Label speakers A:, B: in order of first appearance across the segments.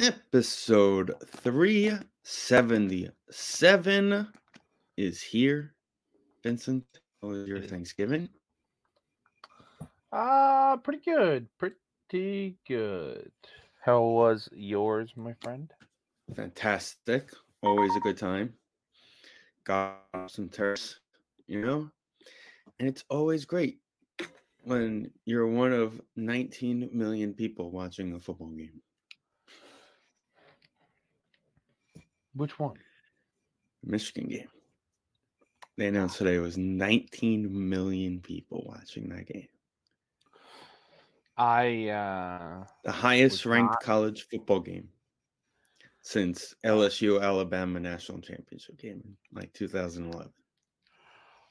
A: episode 377 is here. Vincent, how was your Thanksgiving?
B: Uh, pretty good. Pretty good. How was yours, my friend?
A: Fantastic. Always a good time. Got some turks, you know? And it's always great when you're one of 19 million people watching a football game.
B: Which one?
A: Michigan game. They announced today it was 19 million people watching that game.
B: I uh
A: The highest
B: Was
A: ranked
B: not-
A: college football game since LSU Alabama National Championship game in like 2011.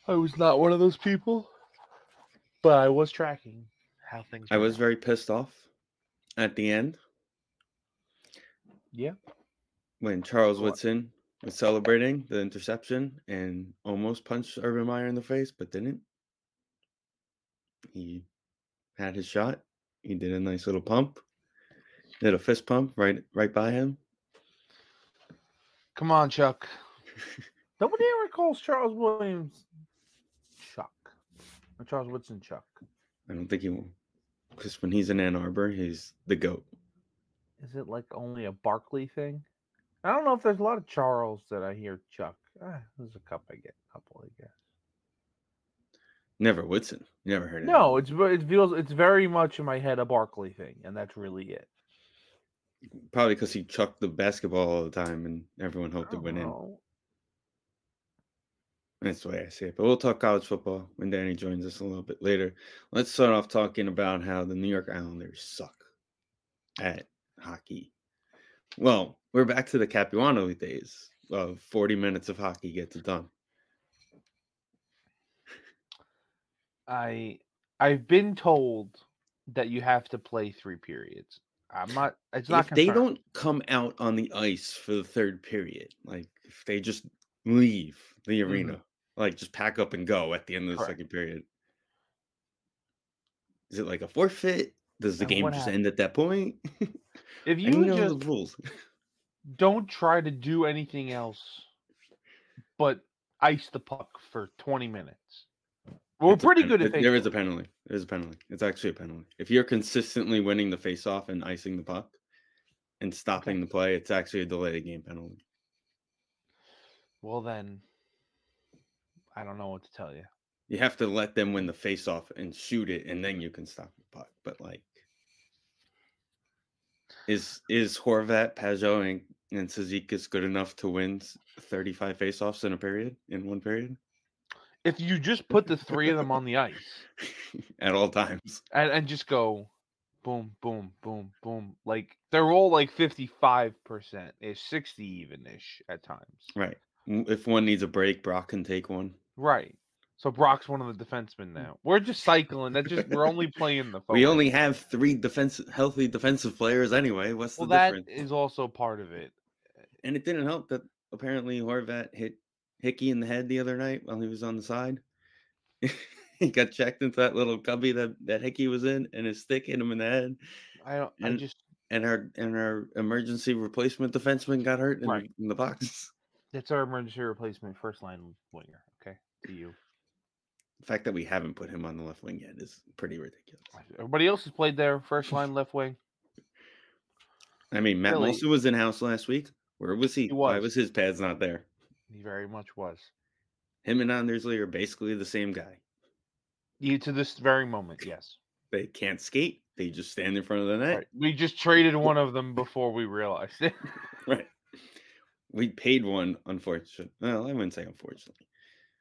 B: I was not one of those people, but I was tracking how things.
A: I
B: went
A: was
B: down.
A: very pissed off at the end
B: yeah.
A: when Charles
B: What?
A: Woodson was celebrating the interception and almost punched Urban Meyer in the face, but didn't. He had his shot. He did a nice little pump. Did a fist pump right right by him.
B: Come on, Chuck. Nobody ever calls Charles Williams Chuck. Or Charles Woodson Chuck.
A: I don't think he will. Because when he's in Ann Arbor, he's the GOAT.
B: Is it like only a Barkley thing? I don't know if there's a lot of Charles that I hear Chuck. Ah, there's a couple I get, couple I guess.
A: Never Woodson. Never heard of him.
B: No, it's ve- it feels it's very much in my head a Barkley thing, and that's really it.
A: Probably because he chucked the basketball all the time and everyone hoped it went in.
B: Oh,
A: That's the way I see it. But we'll talk college football when Danny joins us a little bit later. Let's start off talking about how the New York Islanders suck at hockey. Well, we're back to the Capuano days of 40 minutes of hockey gets it done.
B: I I've been told that you have to play three periods. I'm not. It's not.
A: if they
B: confirmed.
A: don't come out on the ice for the third period, like if they just leave the
B: Mhm.
A: arena, like just pack up and go at the end of the
B: Correct.
A: second period, is it like a forfeit? Does the
B: And
A: game
B: what
A: just end at that point?
B: if
A: I need
B: you
A: to know
B: just
A: the rules.
B: don't try to do anything else, but ice the puck for 20 minutes. We're
A: It's a
B: pretty
A: pen-
B: good at
A: it- There
B: face-
A: is a penalty. There is a penalty. It's actually a penalty. If you're consistently winning the faceoff and icing the puck and stopping the play, it's actually a delayed game penalty.
B: Well then, I don't know what to tell you.
A: You have to let them win the faceoff and shoot it, and then you can stop the puck. But like, is is Horvat, Pajot, and and Sezikis good enough to win s- 35 faceoffs in a period in one period
B: If you just put the three of them on the ice.
A: at all times?
B: and, and just go boom boom boom boom like they're all like 55% ish 60 even ish at times
A: Right. W- If one needs a break, Brock can take one.
B: right so brock's one of the defensemen now we're just cycling that just we're only playing the
A: Mm. We
B: forwards.
A: only have three defense healthy defensive players anyway. What's
B: well
A: the
B: that
A: difference?
B: is also part of it
A: And it didn't help that apparently Horvat hit Hickey in the head the other night while he was on the side. he got checked into that little cubby that, that Hickey was in, and his stick hit him in the head.
B: i don't i
A: And-
B: just
A: And our and our emergency replacement defenseman got hurt in,
B: Right.
A: in the box.
B: that's our emergency replacement first line winger okay to you
A: The fact that we haven't put him on the left wing yet is pretty ridiculous.
B: everybody else has played their first line left wing
A: I mean, Matt
B: Really-
A: Molson was in house last week. Where was he?
B: He
A: Why was
B: was.
A: his pads not there?
B: he very much was
A: Him and Andersley are basically the same guy.
B: you to this very moment yes
A: they can't skate. They just stand in front of the net.
B: right. we just traded one of them before we realized it
A: Right. We paid one, unfortunately. Well, I wouldn't say unfortunately.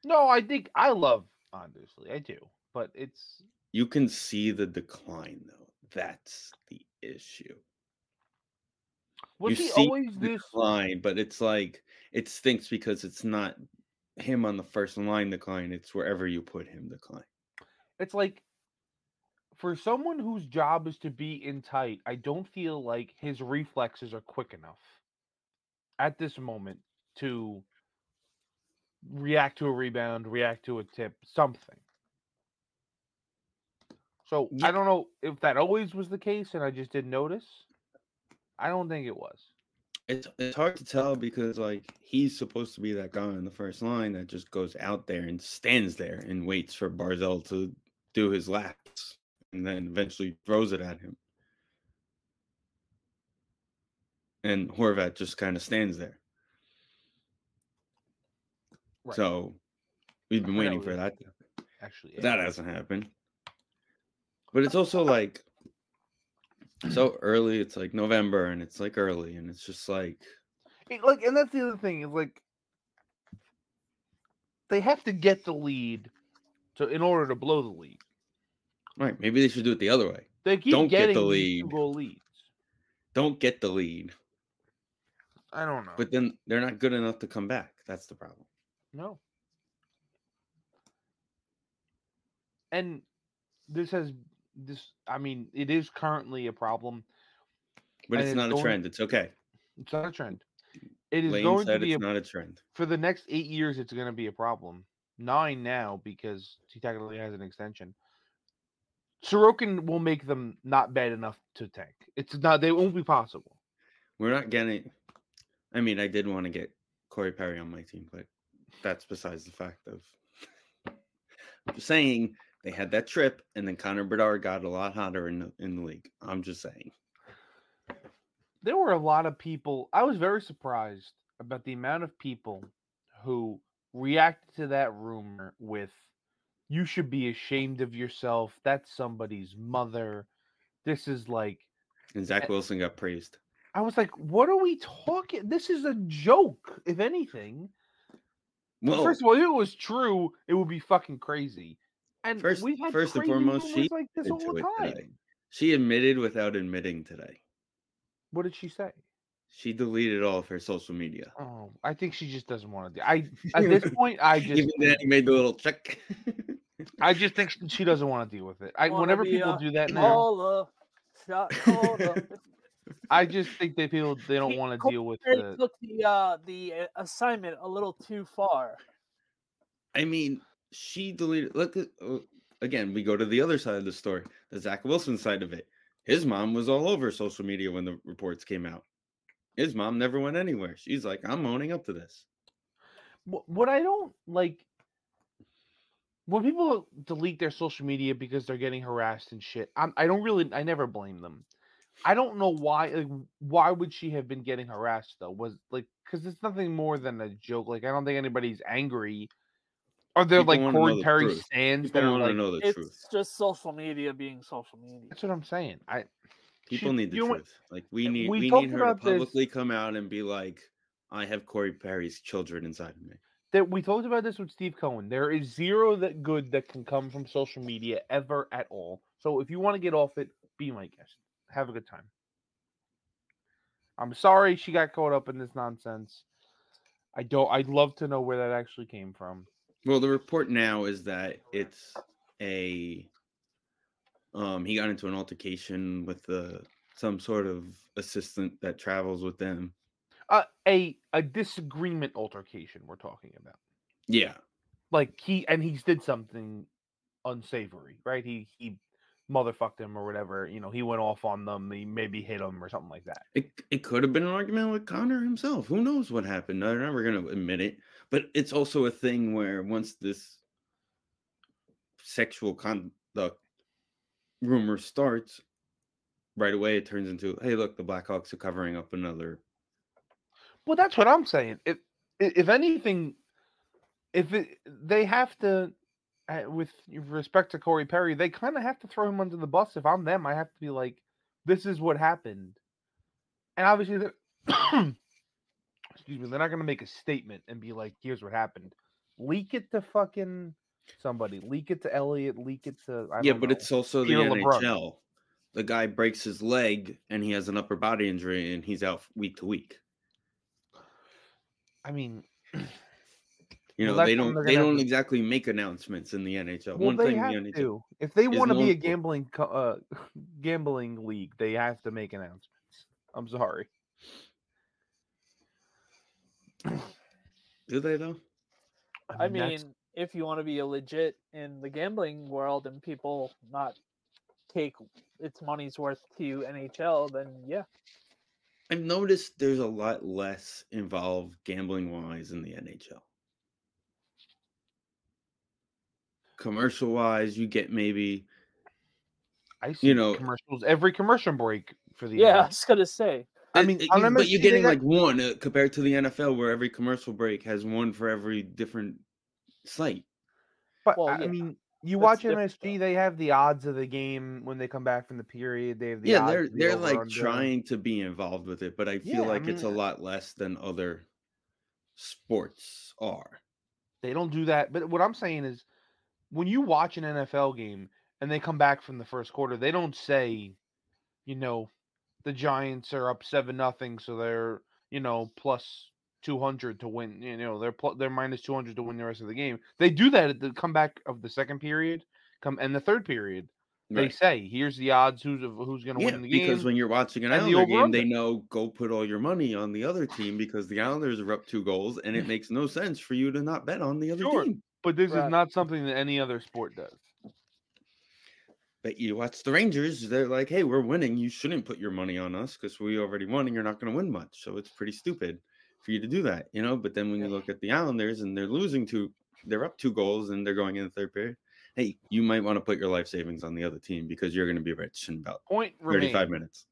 B: No, I think I love honestly, I do, but it's
A: You can see the decline, though. That's the issue.
B: Was
A: you
B: he
A: see
B: always
A: the
B: this?
A: decline, but it's like it stinks because it's not him on the first line decline. It's wherever you put him decline.
B: It's like for someone whose job is to be in tight, I don't feel like his reflexes are quick enough at this moment to react to a rebound, react to a tip, something. So I
A: Yeah.
B: don't know if that always was the case and I just didn't notice. I don't think it was.
A: It's it's hard to tell because like he's supposed to be that guy on the first line that just goes out there and stands there and waits for Barzell to do his laps and then eventually throws it at him. And Horvat just kind of stands there.
B: Right.
A: So we've
B: I
A: been
B: forgot
A: waiting
B: we
A: for
B: were
A: that. to
B: Actually,
A: But
B: yeah.
A: that hasn't happened. But it's also like so early. It's like November, and it's like early, and it's just like
B: It- like, and that's the other thing is like they have to get the lead to in order to blow the lead.
A: right. Maybe they should do it the other way.
B: They keep
A: Don't get the
B: getting
A: lead.
B: these two-goal leads.
A: Don't get the lead,
B: I don't know,
A: but then they're not good enough to come back. That's the problem.
B: no. And this has this. I mean, it is currently a problem.
A: But
B: And
A: it's
B: it's
A: not a
B: going-
A: trend. It's okay.
B: It's not a trend. It is
A: Lane
B: going to
A: said
B: be a
A: it's not a trend.
B: for the next eight years, it's going to be a problem. Nine now because he technically has an extension. Sorokin will make them not bad enough to tank. It's not; they won't be possible.
A: We're not getting. I mean, I did want to get Corey Perry on my team, but that's besides the fact of I'm just saying they had that trip, and then Connor Bedard got a lot hotter in the, in the league. I'm just saying.
B: There were a lot of people. I was very surprised about the amount of people who reacted to that rumor with "You should be ashamed of yourself. That's somebody's mother. This is like."
A: And
B: Eh
A: Zach Wilson got praised.
B: I was like, "What are we talking? This is a joke, if anything." Well,
A: Well,
B: first
A: first,
B: of all, if it was true, it would be fucking crazy. And
A: First-
B: we've had
A: first and
B: crazy
A: foremost, she
B: rumors like this all
A: admitted
B: the
A: to it
B: time.
A: today. she admitted without admitting today.
B: What did she say?
A: She deleted all of her social media.
B: Oh, I think she just doesn't want to. Do- I at this point, I just
A: Even then, he made the little check.
B: I just think she doesn't want to deal with it. I
C: Wanna
B: whenever
C: be
B: people
C: a
B: do that now,
C: Caller, shot caller.
B: I just think that people they don't
C: He-
B: want to
C: Cole
B: deal with
C: Perry
B: the.
C: took the uh, the uh, assignment a little too far.
A: I mean, she deleted. Look at uh, again. We go to the other side of the story, the Zach Wilson side of it. His mom was all over social media when the reports came out. His mom never went anywhere. She's like, I'm owning up to this.
B: Wh- What I don't like when people delete their social media because they're getting harassed and shit. I'm, I don't really. I never blame them. I don't know why. Like, why would she have been getting harassed though? Was like because it's nothing more than a joke. Like, I don't think anybody's angry. Are there
A: People
B: like
A: wanna know
B: Corey
A: the
B: Perry
A: truth.
B: stands that
A: People
B: are
A: want to
B: like?
A: know the
C: It's
A: truth.
C: just social media being social media.
B: That's what I'm saying. I
A: People
B: she-
A: need the
B: you know what-
A: truth. Like we need
B: we
A: we,
B: talked
A: need her to
B: about this-
A: publicly come out and be like, I have Corey Perry's children inside of me.
B: that we talked about this with Steve Cohen. There is zero that good that can come from social media ever at all. So if you want to get off it, be my guest. Have a good time. I'm sorry she got caught up in this nonsense. I don't I'd love to know where that actually came from.
A: Well, the report now is that it's a um he got into an altercation with the some sort of assistant that travels with them.
B: Uh, a a disagreement altercation we're talking about.
A: Yeah.
B: Like he and he's did something unsavory, right? He he motherfucked him or whatever, you know, he went off on them, he maybe hit him or something like that.
A: It it could have been an argument with Connor himself. Who knows what happened? They're never gonna admit it. But it's also a thing where once this sexual conduct rumor starts, right away it turns into, hey, look, the Blackhawks are covering up another
B: Well, that's what I'm saying. If i- if anything, if it, they have to, uh, with respect to Corey Perry, they kind of have to throw him under the bus. If I'm them, I have to be like, this is what happened, and obviously, they're excuse me, they're not going to make a statement and be like, here's what happened. Leak it to fucking somebody. Leak it to Elliot. Leak it to I
A: yeah,
B: don't
A: but
B: know.
A: it's also
B: Peter
A: the
B: LeBrun.
A: NHL. the guy breaks his leg and he has an upper body injury and he's out week to week.
B: I mean,
A: You know,
B: Well,
A: they
B: that's when
A: don't
B: they're
A: they
B: gonna-
A: don't exactly make announcements in the NHL.
B: well,
A: One
B: they
A: thing the
B: have
A: NHL
B: to. If they
A: is
B: want to be a
A: known for-
B: gambling co- uh, gambling league, they have to make announcements. I'm sorry.
A: do they though?
C: I mean,
B: that's-
C: if you want to be a legit in the gambling world and people not take its money's worth to NHL, then yeah,
A: I've noticed there's a lot less involved gambling wise in the NHL. Commercial wise, you get maybe
B: I see
A: know-
B: commercials every commercial break for the
C: yeah.
B: NFL.
C: I was gonna say
B: I
A: it-
B: mean,
A: it-
B: on
A: you- but
B: MSG,
A: you're
B: they
A: getting
B: got-
A: like one uh, compared to the NFL, where every commercial break has one for every different site.
B: But
C: Well,
B: I
C: yeah.
B: mean, you
C: That's
B: watch
C: different,
B: MSG; they have the odds of the game when they come back from the period. They have the
A: yeah,
B: odds
A: they're
B: of the
A: they're like
B: over-under.
A: trying to be involved with it, but I feel
B: Yeah, I
A: like it's a
B: mean-
A: lot less than other sports are.
B: They don't do that. But what I'm saying is, when you watch an NFL game and they come back from the first quarter, they don't say, you know, the Giants are up seven nothing, so they're you know plus two hundred to win. You know, they're pl- they're minus two hundred to win the rest of the game. They do that at the comeback of the second period, come and the third period. They
A: Right.
B: say, here's the odds who's of who's going to
A: Yeah,
B: win the game.
A: because when you're watching an
B: and the
A: Islander game,
B: over-under.
A: they know go put all your money on the other team because the Islanders are up two goals, and it makes no sense for you to not bet on the other
B: Sure.
A: team.
B: But this
C: Right.
B: is not something that any other sport does.
A: But you watch the Rangers; they're like, "Hey, we're winning. You shouldn't put your money on us because we already won, and you're not going to win much. So it's pretty stupid for you to do that, you know." But then when you
C: Yeah.
A: look at the Islanders and they're losing two, they're up two goals, and they're going in the third period. Hey, you might want to put your life savings on the other team because you're going to be rich in about
B: Point remains.
A: 35 minutes.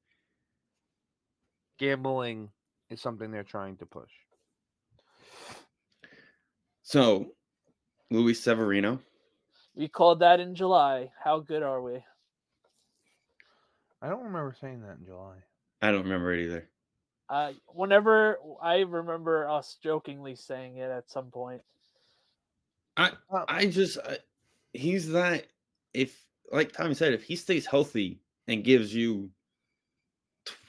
B: Gambling is something they're trying to push.
A: So, Luis Severino.
C: we called that in July. How good are we?
B: I don't remember saying that in July.
A: I don't remember it either.
C: Uh, whenever I remember us jokingly saying it at some point. Oh.
A: I just I, he's that if like Tommy said, if he stays healthy and gives you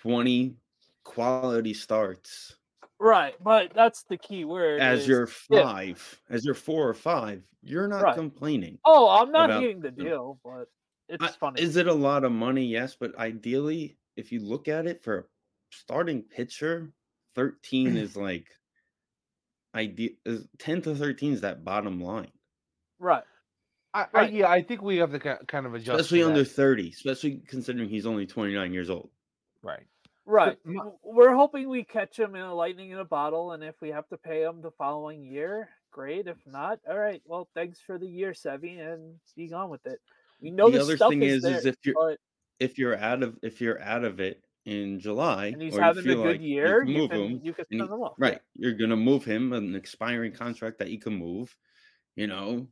A: twenty quality starts
C: Right, but that's the key word.
A: as
C: is-
A: your
C: yeah.
A: five, as your four or five, you're not
C: Right.
A: complaining.
C: oh, I'm not
A: about-
C: hating the deal, but it's
A: I-
C: funny.
A: Is it a lot of money? Yes, but ideally, if you look at it for a starting pitcher, thirteen is like ideal. Ten to thirteen is that bottom line.
C: right,
B: I, I
C: Right.
B: yeah, I think we have to ki- kind of adjust.
A: especially
B: to
A: under
B: that.
A: 30 especially considering he's only 29 years old
B: right.
C: right.
B: my-
C: W- We're hoping we catch him in a lightning in a bottle, and if we have to pay him the following year, great. If not, all right. Well, thanks for the year, Sevi, and be gone with it. We know
A: the
C: this
A: other
C: stuff
A: thing
C: is,
A: is
C: there,
A: is if you're
C: but
A: if you're out of if you're out of it in july
C: and he's
A: or you
C: having a
A: feel
C: good
A: like you
C: year,
A: can
C: you,
A: move
C: can
A: him
C: you can
A: and
C: send
A: he-
C: him off.
A: right you're gonna move him an expiring contract that you can move you know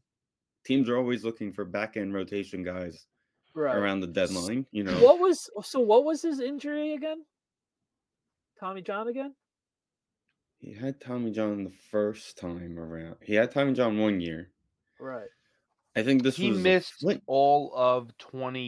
A: teams are always looking for back end rotation guys
C: right.
A: around the deadline you know
C: What was so? What was his injury again? Tommy John again?
A: he had tommy john the first time around he had tommy john one year
C: Right,
A: i think this
B: He
A: was a
B: missed
A: flick.
B: all of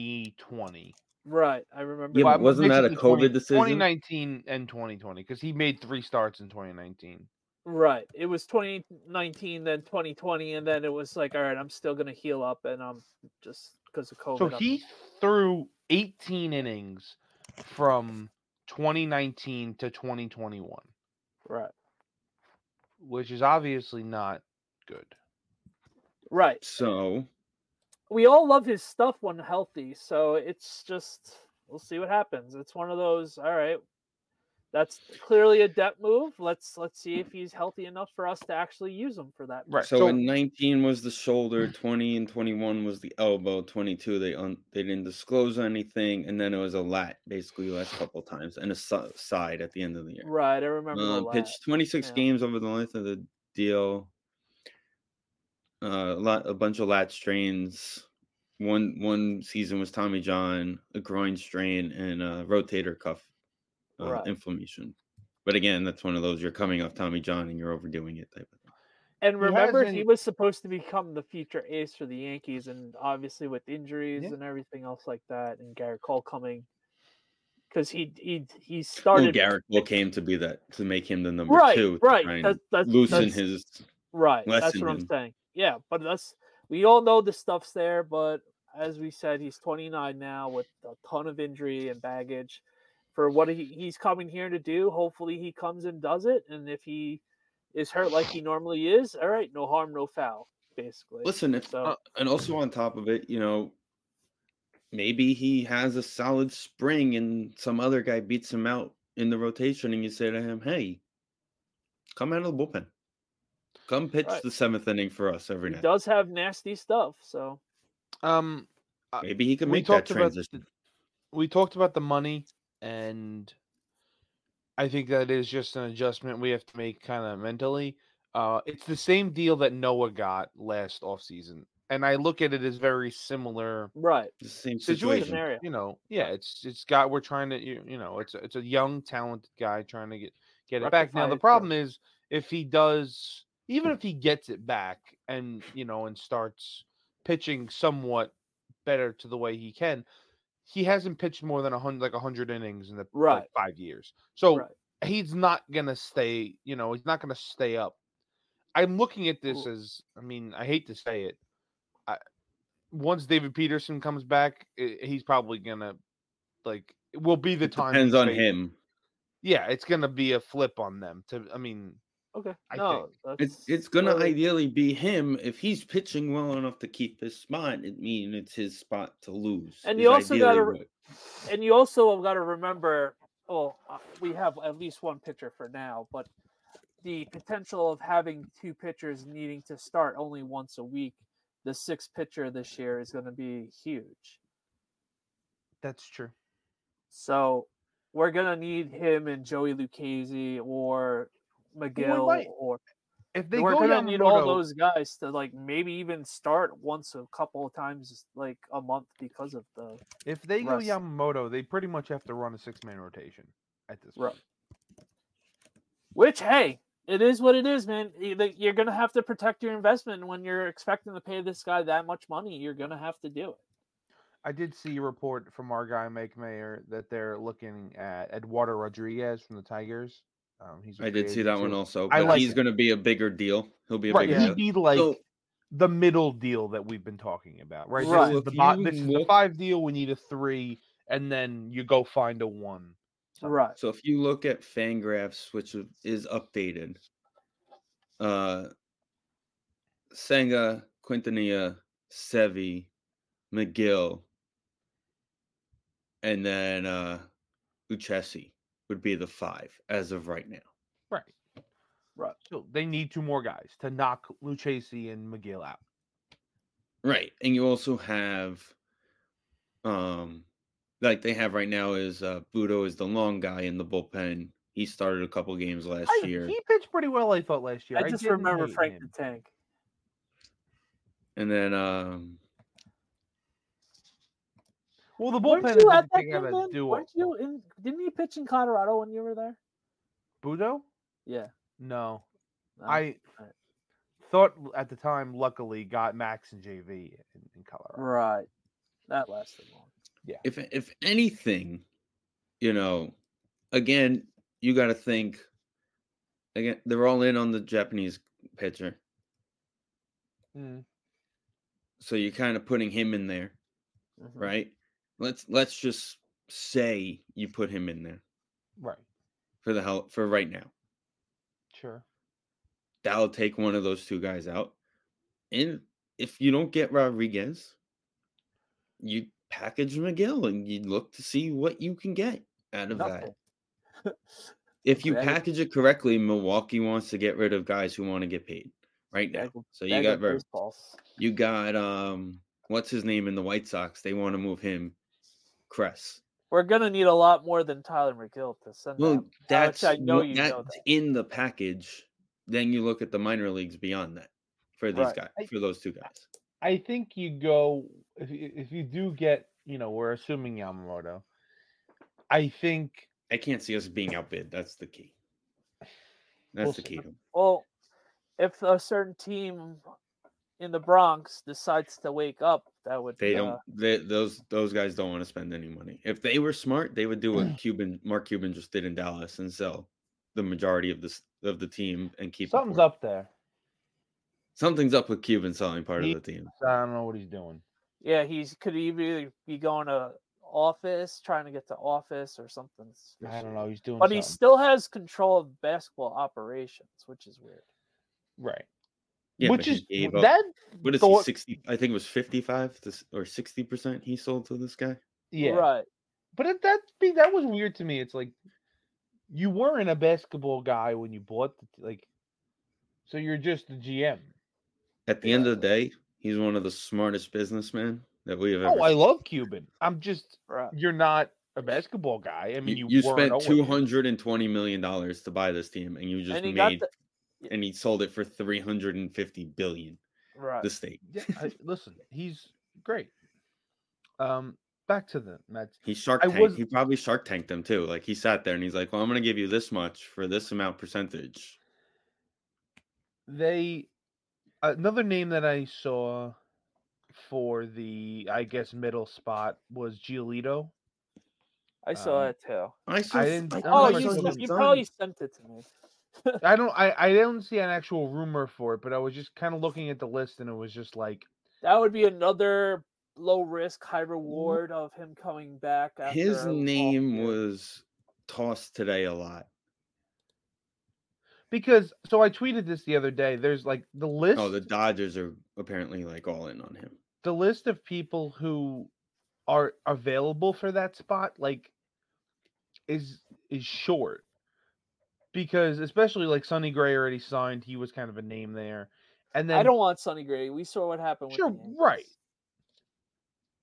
B: 2020.
C: right. I remember.
A: Yeah,
C: that.
A: but wasn't that a
B: basically 20
A: COVID decision?
B: 2019 and 2020 because he made three starts in 2019.
C: Right. It was 2019, then 2020, and then it was like, all right, I'm still gonna heal up, and I'm just because of COVID.
B: So
C: I'm-
B: he threw 18 innings from 2019 to 2021,
C: right,
B: which is obviously not good.
C: right.
A: so
C: We all love his stuff when healthy, so it's just we'll see what happens. It's one of those. All right, that's clearly a debt move. Let's let's see if he's healthy enough for us to actually use him for that.
B: Right.
A: So, in 19 was the shoulder,
C: Mm.
A: 20 and 21 was the elbow, 22 they un- they didn't disclose anything, and then it was a lat basically last couple times and a si- side at the end of the year.
C: Right. I remember.
A: Uh,
C: the
A: pitched 26
C: yeah.
A: games over the length of the deal. Uh, a lot, a bunch of lat strains. One one season was Tommy John, a groin strain, and a rotator cuff uh,
C: Right.
A: inflammation. But again, that's one of those you're coming off Tommy John and you're overdoing it type of thing.
C: And
B: He has
C: remember,
B: been-
C: he was supposed to become the future ace for the Yankees, and obviously with injuries
B: Yeah.
C: and everything else like that, and Garrett Cole coming, because he he he started
A: well, Garrett Cole came to be that to make him the number
C: right,
A: two, to
C: right.
A: try and
C: That's, that's
A: loosen
C: that's-
A: his.
C: right. That's
A: lessen
C: what I'm
A: him.
C: saying. Yeah, but that's we all know the stuff's there, but as we said, he's 29 now with a ton of injury and baggage. For what he, he's coming here to do, hopefully he comes and does it. And if he is hurt like he normally is, all right, no harm, no foul, basically.
A: Listen, if,
C: So-
A: uh, and also on top of it, you know, maybe he has a solid spring and some other guy beats him out in the rotation, and you say to him, "Hey, come out of the bullpen, come pitch
C: Right.
A: the seventh inning for us every
C: he
A: night."
C: does have nasty stuff. So
B: Um,
A: Maybe he can
B: we
A: make that
B: talked about
A: transition.
B: we talked about the money, and I think that is just an adjustment we have to make kind of mentally. Uh, it's the same deal that Noah got last offseason, and I look at it as very similar.
C: right,
A: It's the same
B: situation.
A: situation.
C: scenario.
B: You know, yeah, it's it's got we're trying to you, you know it's a, it's a young talented guy trying to get get it back. Now
C: Rectify
B: the
C: it, Hmm.
B: problem is if he does, even if he gets it back and you know and starts pitching somewhat better to the way he can, he hasn't pitched more than a hundred like a hundred innings in the like,
C: Right.
B: five years. So
C: right.
B: he's not gonna stay. You know, he's not gonna stay up. I'm looking at this
C: Cool.
B: as. I mean, I hate to say it. I, once David Peterson comes back, i he's probably gonna like. It will be the
A: It
B: time.
A: depends
B: and
A: on
B: space-
A: him.
B: Yeah, it's gonna be a flip on them. To I mean,
C: Okay.
B: I
C: no,
A: It's
C: that's
A: it's gonna
C: really-
A: ideally be him if he's pitching well enough to keep his spot. It mean it's his spot to lose.
C: And
A: is
C: you also
A: ideally
C: gotta
A: what-
C: re- and you also got to remember well uh, we have at least one pitcher for now but the potential of having two pitchers needing to start only once a week the sixth pitcher this year is going to be huge
B: that's true.
C: so we're going to need him and joey lucchese or mcgill
B: might-
C: or
B: If they
C: we're
B: go
C: going to
B: down
C: need
B: the
C: all
B: road-
C: those guys to like maybe even start once a couple of times like a month because of the
B: If they go
C: Russ.
B: Yamamoto, they pretty much have to run a six man rotation at this
C: Right.
B: point.
C: Which, hey, it is what it is, man. You- like, You're gonna have to protect your investment when you're expecting to pay this guy that much money. You're gonna have to do it.
B: I did see a report from our guy Mike Mayer that they're looking at Eduardo Rodriguez from the Tigers. Um, he's a
A: I
B: free
A: did see
B: agent
A: that
B: too.
A: one also.
B: I
A: But
B: like
A: he's
B: it.
A: going to be a bigger deal. He'll be a
B: Right,
A: bigger
C: yeah.
A: deal.
B: he'd be like
A: So-
B: the middle deal that we've been talking about, right?
C: Right.
B: This
A: So
B: is, the,
A: if
B: bo-
A: you
B: this is the
A: look-
B: five deal. We need a three, and then you go find a one. So-
C: Right.
A: So if you look at Fangraphs, which is- is updated, uh, Senga, Quintanilla, Sevi, McGill, and then uh, Uchesi would be the five as of right now.
B: Right.
C: Right.
B: So they need two more guys to knock Lucchesi and McGill out.
A: Right. And you also have um like they have right now is uh Budo is the long guy in the bullpen. He started a couple games last
B: I,
A: year.
B: he pitched pretty well, I thought last year.
C: I just
B: didn't
C: remember
B: hate
C: Frank
B: him.
C: the Tank.
A: And then um
B: Well, the bullpen
C: Weren't
B: is
C: you at that
B: picking
C: game,
B: out a
C: man?
B: duo.
C: Weren't you in? Didn't you pitch in Colorado when you were there?
B: Budo?
C: Yeah.
B: No,
C: No.
B: I
C: right.
B: thought l- at the time. Luckily, got Max and JV in, in Colorado.
C: Right. That lasted long.
A: if if anything, you know, again, you got to think again they're all in on the Japanese pitcher.
B: Mm.
A: So you're kind of putting him in there,
C: Mhm.
A: right? Let's let's just say you put him in there
B: Right.
A: for the hell for right now.
B: Sure.
A: that'll take one of those two guys out. And if you don't get Rodriguez, you package McGill and you look to see what you can get out of that.
C: Nothing.
A: If you
C: Exactly.
A: package it correctly, Milwaukee wants to get rid of guys who want to get paid right now.
C: Bag of-
A: So
C: bag
A: you got
C: of
A: Ver-
C: baseballs.
A: you got um what's his name in the White Sox? They want to move him. Cress.
C: We're gonna need a lot more than Tyler McGill to send.
A: Well,
C: out.
A: that's
C: I know
A: what-
C: you know
A: that's
C: that.
A: in the package. Then you look at the minor leagues beyond that for these
C: Right.
A: guys
B: I-
A: for those two guys.
B: I think you go if you, if you do get you know we're assuming Yamamoto. I think
A: I can't see us being outbid. That's the key. That's
B: We'll
A: the
B: see.
A: key. to it.
C: Well, if a certain team in the Bronx decides to wake up, that would
A: They
C: uh,
A: don't. They, those those guys don't want to spend any money. If they were smart, they would do what Cuban Mark Cuban just did in Dallas and sell the majority of this of the team and keep. the
B: Something's
A: fourth.
B: up there.
A: Something's up with Cuban selling part of the team.
B: I don't know what he's doing.
C: yeah, he's could either be going to office, trying to get to office or something. s-
B: I don't know. He's doing.
C: But he
B: something.
C: still has control of basketball operations, which is weird.
B: right.
A: Yeah,
B: Which
A: but he
B: is
A: gave up-
B: that.
A: What is he?
B: thought-
A: Sixty? I think it was fifty-five to, s- or sixty percent he sold to this guy.
B: Yeah.
C: Right.
B: But it, that be that was weird to me. It's like you weren't a basketball guy when you bought the like. So you're just the GM.
A: At the end of the day, he's one of the smartest businessmen that we have ever.
B: Oh, I love Cuban. I'm just
C: Right.
B: you're not a basketball guy. I mean, you
A: you, you
B: weren't
A: spent
B: always.
A: two hundred and twenty million dollars to buy this team, and you just
C: And he got
A: made,
C: the
A: and he sold it for three hundred and fifty billion.
C: right.
A: The state.
B: Yeah, I, listen, he's great. Um, back to the Mets.
A: He shark
B: I
A: tanked.
B: was-
A: He probably shark tanked them too. Like he sat there and he's like, "Well, I'm going to give you this much for this amount percentage."
B: They another name that I saw for the I guess middle spot was Giolito.
C: I
A: uh,
C: saw
B: um,
C: that too.
A: I saw.
B: I didn't- I don't
C: Oh,
B: know if
C: you,
B: I saw
C: sent-
B: his
C: you probably sent it to me.
B: I don't I, I don't see an actual rumor for it, but I was just kind of looking at the list and it was just like
C: That would be another low risk, high reward of him coming back. After
A: Mm-hmm. His
C: a off
A: name
C: year.
A: was tossed today a lot.
B: because so I tweeted this the other day. There's like the list
A: Oh, the
B: the...
A: Dodgers are apparently like all in on him.
B: list of people who are available for that spot like is is short. Because especially like Sonny Gray already signed, he was kind of a name there. And then
C: I don't want Sonny Gray. We saw what happened. With the
B: Sure,
C: Yankees.
B: right.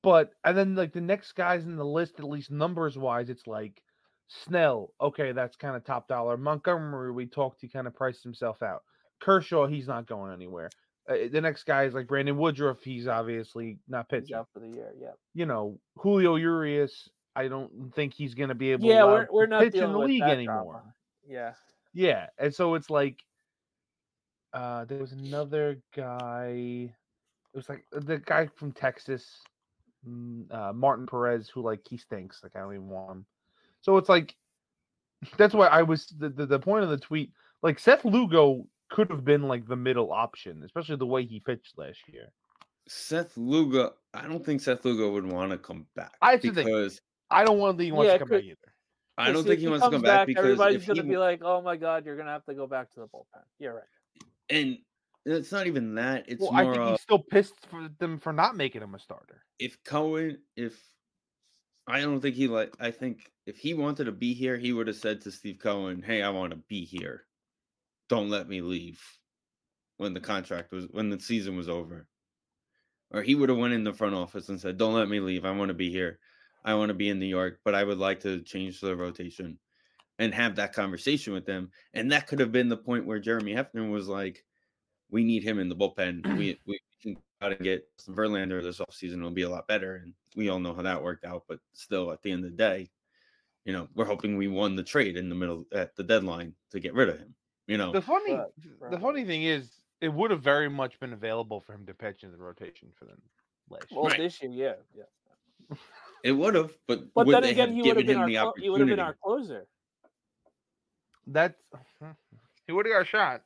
B: But and then like the next guys in the list, at least numbers wise, it's like Snell. Okay, that's kind of top dollar. Montgomery, we talked, he kind of priced himself out. Kershaw, he's not going anywhere. Uh, the next guy is like Brandon Woodruff. He's obviously not
C: He's
B: pitching.
C: out for the year. Yeah.
B: You know, Julio Urias. I don't think he's going to be able.
C: Yeah,
B: allowed
C: we're,
B: to
C: we're not
B: pitch
C: dealing
B: in the
C: with
B: league
C: that
B: anymore.
C: drama. Yeah.
B: Yeah, and so it's like uh there was another guy. It was like uh, the guy from Texas, mm, uh, Martin Perez, who like he stinks. Like I don't even want him. So it's like that's why I was the the, the point of the tweet. Like Seth Lugo could have been like the middle option, especially the way he pitched last year.
A: Seth Lugo. I don't think Seth Lugo would want to come back.
B: I actually think-
A: because
B: I don't want to think he wants
C: Yeah,
B: to come
C: could-
B: back either.
A: I
C: Because
A: don't
C: if
A: think he, wants to
C: comes
A: come back, because
C: everybody's
A: if
C: gonna
A: he
C: be like, "Oh my God, you're gonna have to go back to the bullpen." You're right.
A: and it's not even that. It's
B: Well, I
A: more
B: think
A: of
B: he's still pissed for them for not making him a starter.
A: if Cohen, if I don't think he like, I think if he wanted to be here, he would have said to Steve Cohen, "Hey, I want to be here. Don't let me leave." When the contract was, when the season was over, or he would have went in the front office and said, "Don't let me leave. I want to be here. I want to be in New York, but I would like to change the rotation." And have that conversation with them, and that could have been the point where Jeremy Hefner was like, "We need him in the bullpen. We we can go out and get Justin Verlander this offseason. It'll be a lot better." And we all know how that worked out. But still, at the end of the day, you know, we're hoping we won the trade in the middle at the deadline to get rid of him. You know,
B: The funny,
C: Right,
B: th- the
C: right.
B: funny thing is, it would have very much been available for him to pitch in the rotation for them last year.
C: Well,
A: Right.
C: this year, yeah, yeah.
A: it would have, but
C: But
A: would
C: then
A: they
C: again,
A: have
C: he would
A: given
C: have been
A: him
C: our
A: the
C: clo-
A: opportunity?
C: he would have been our closer.
B: That's he would have got shot.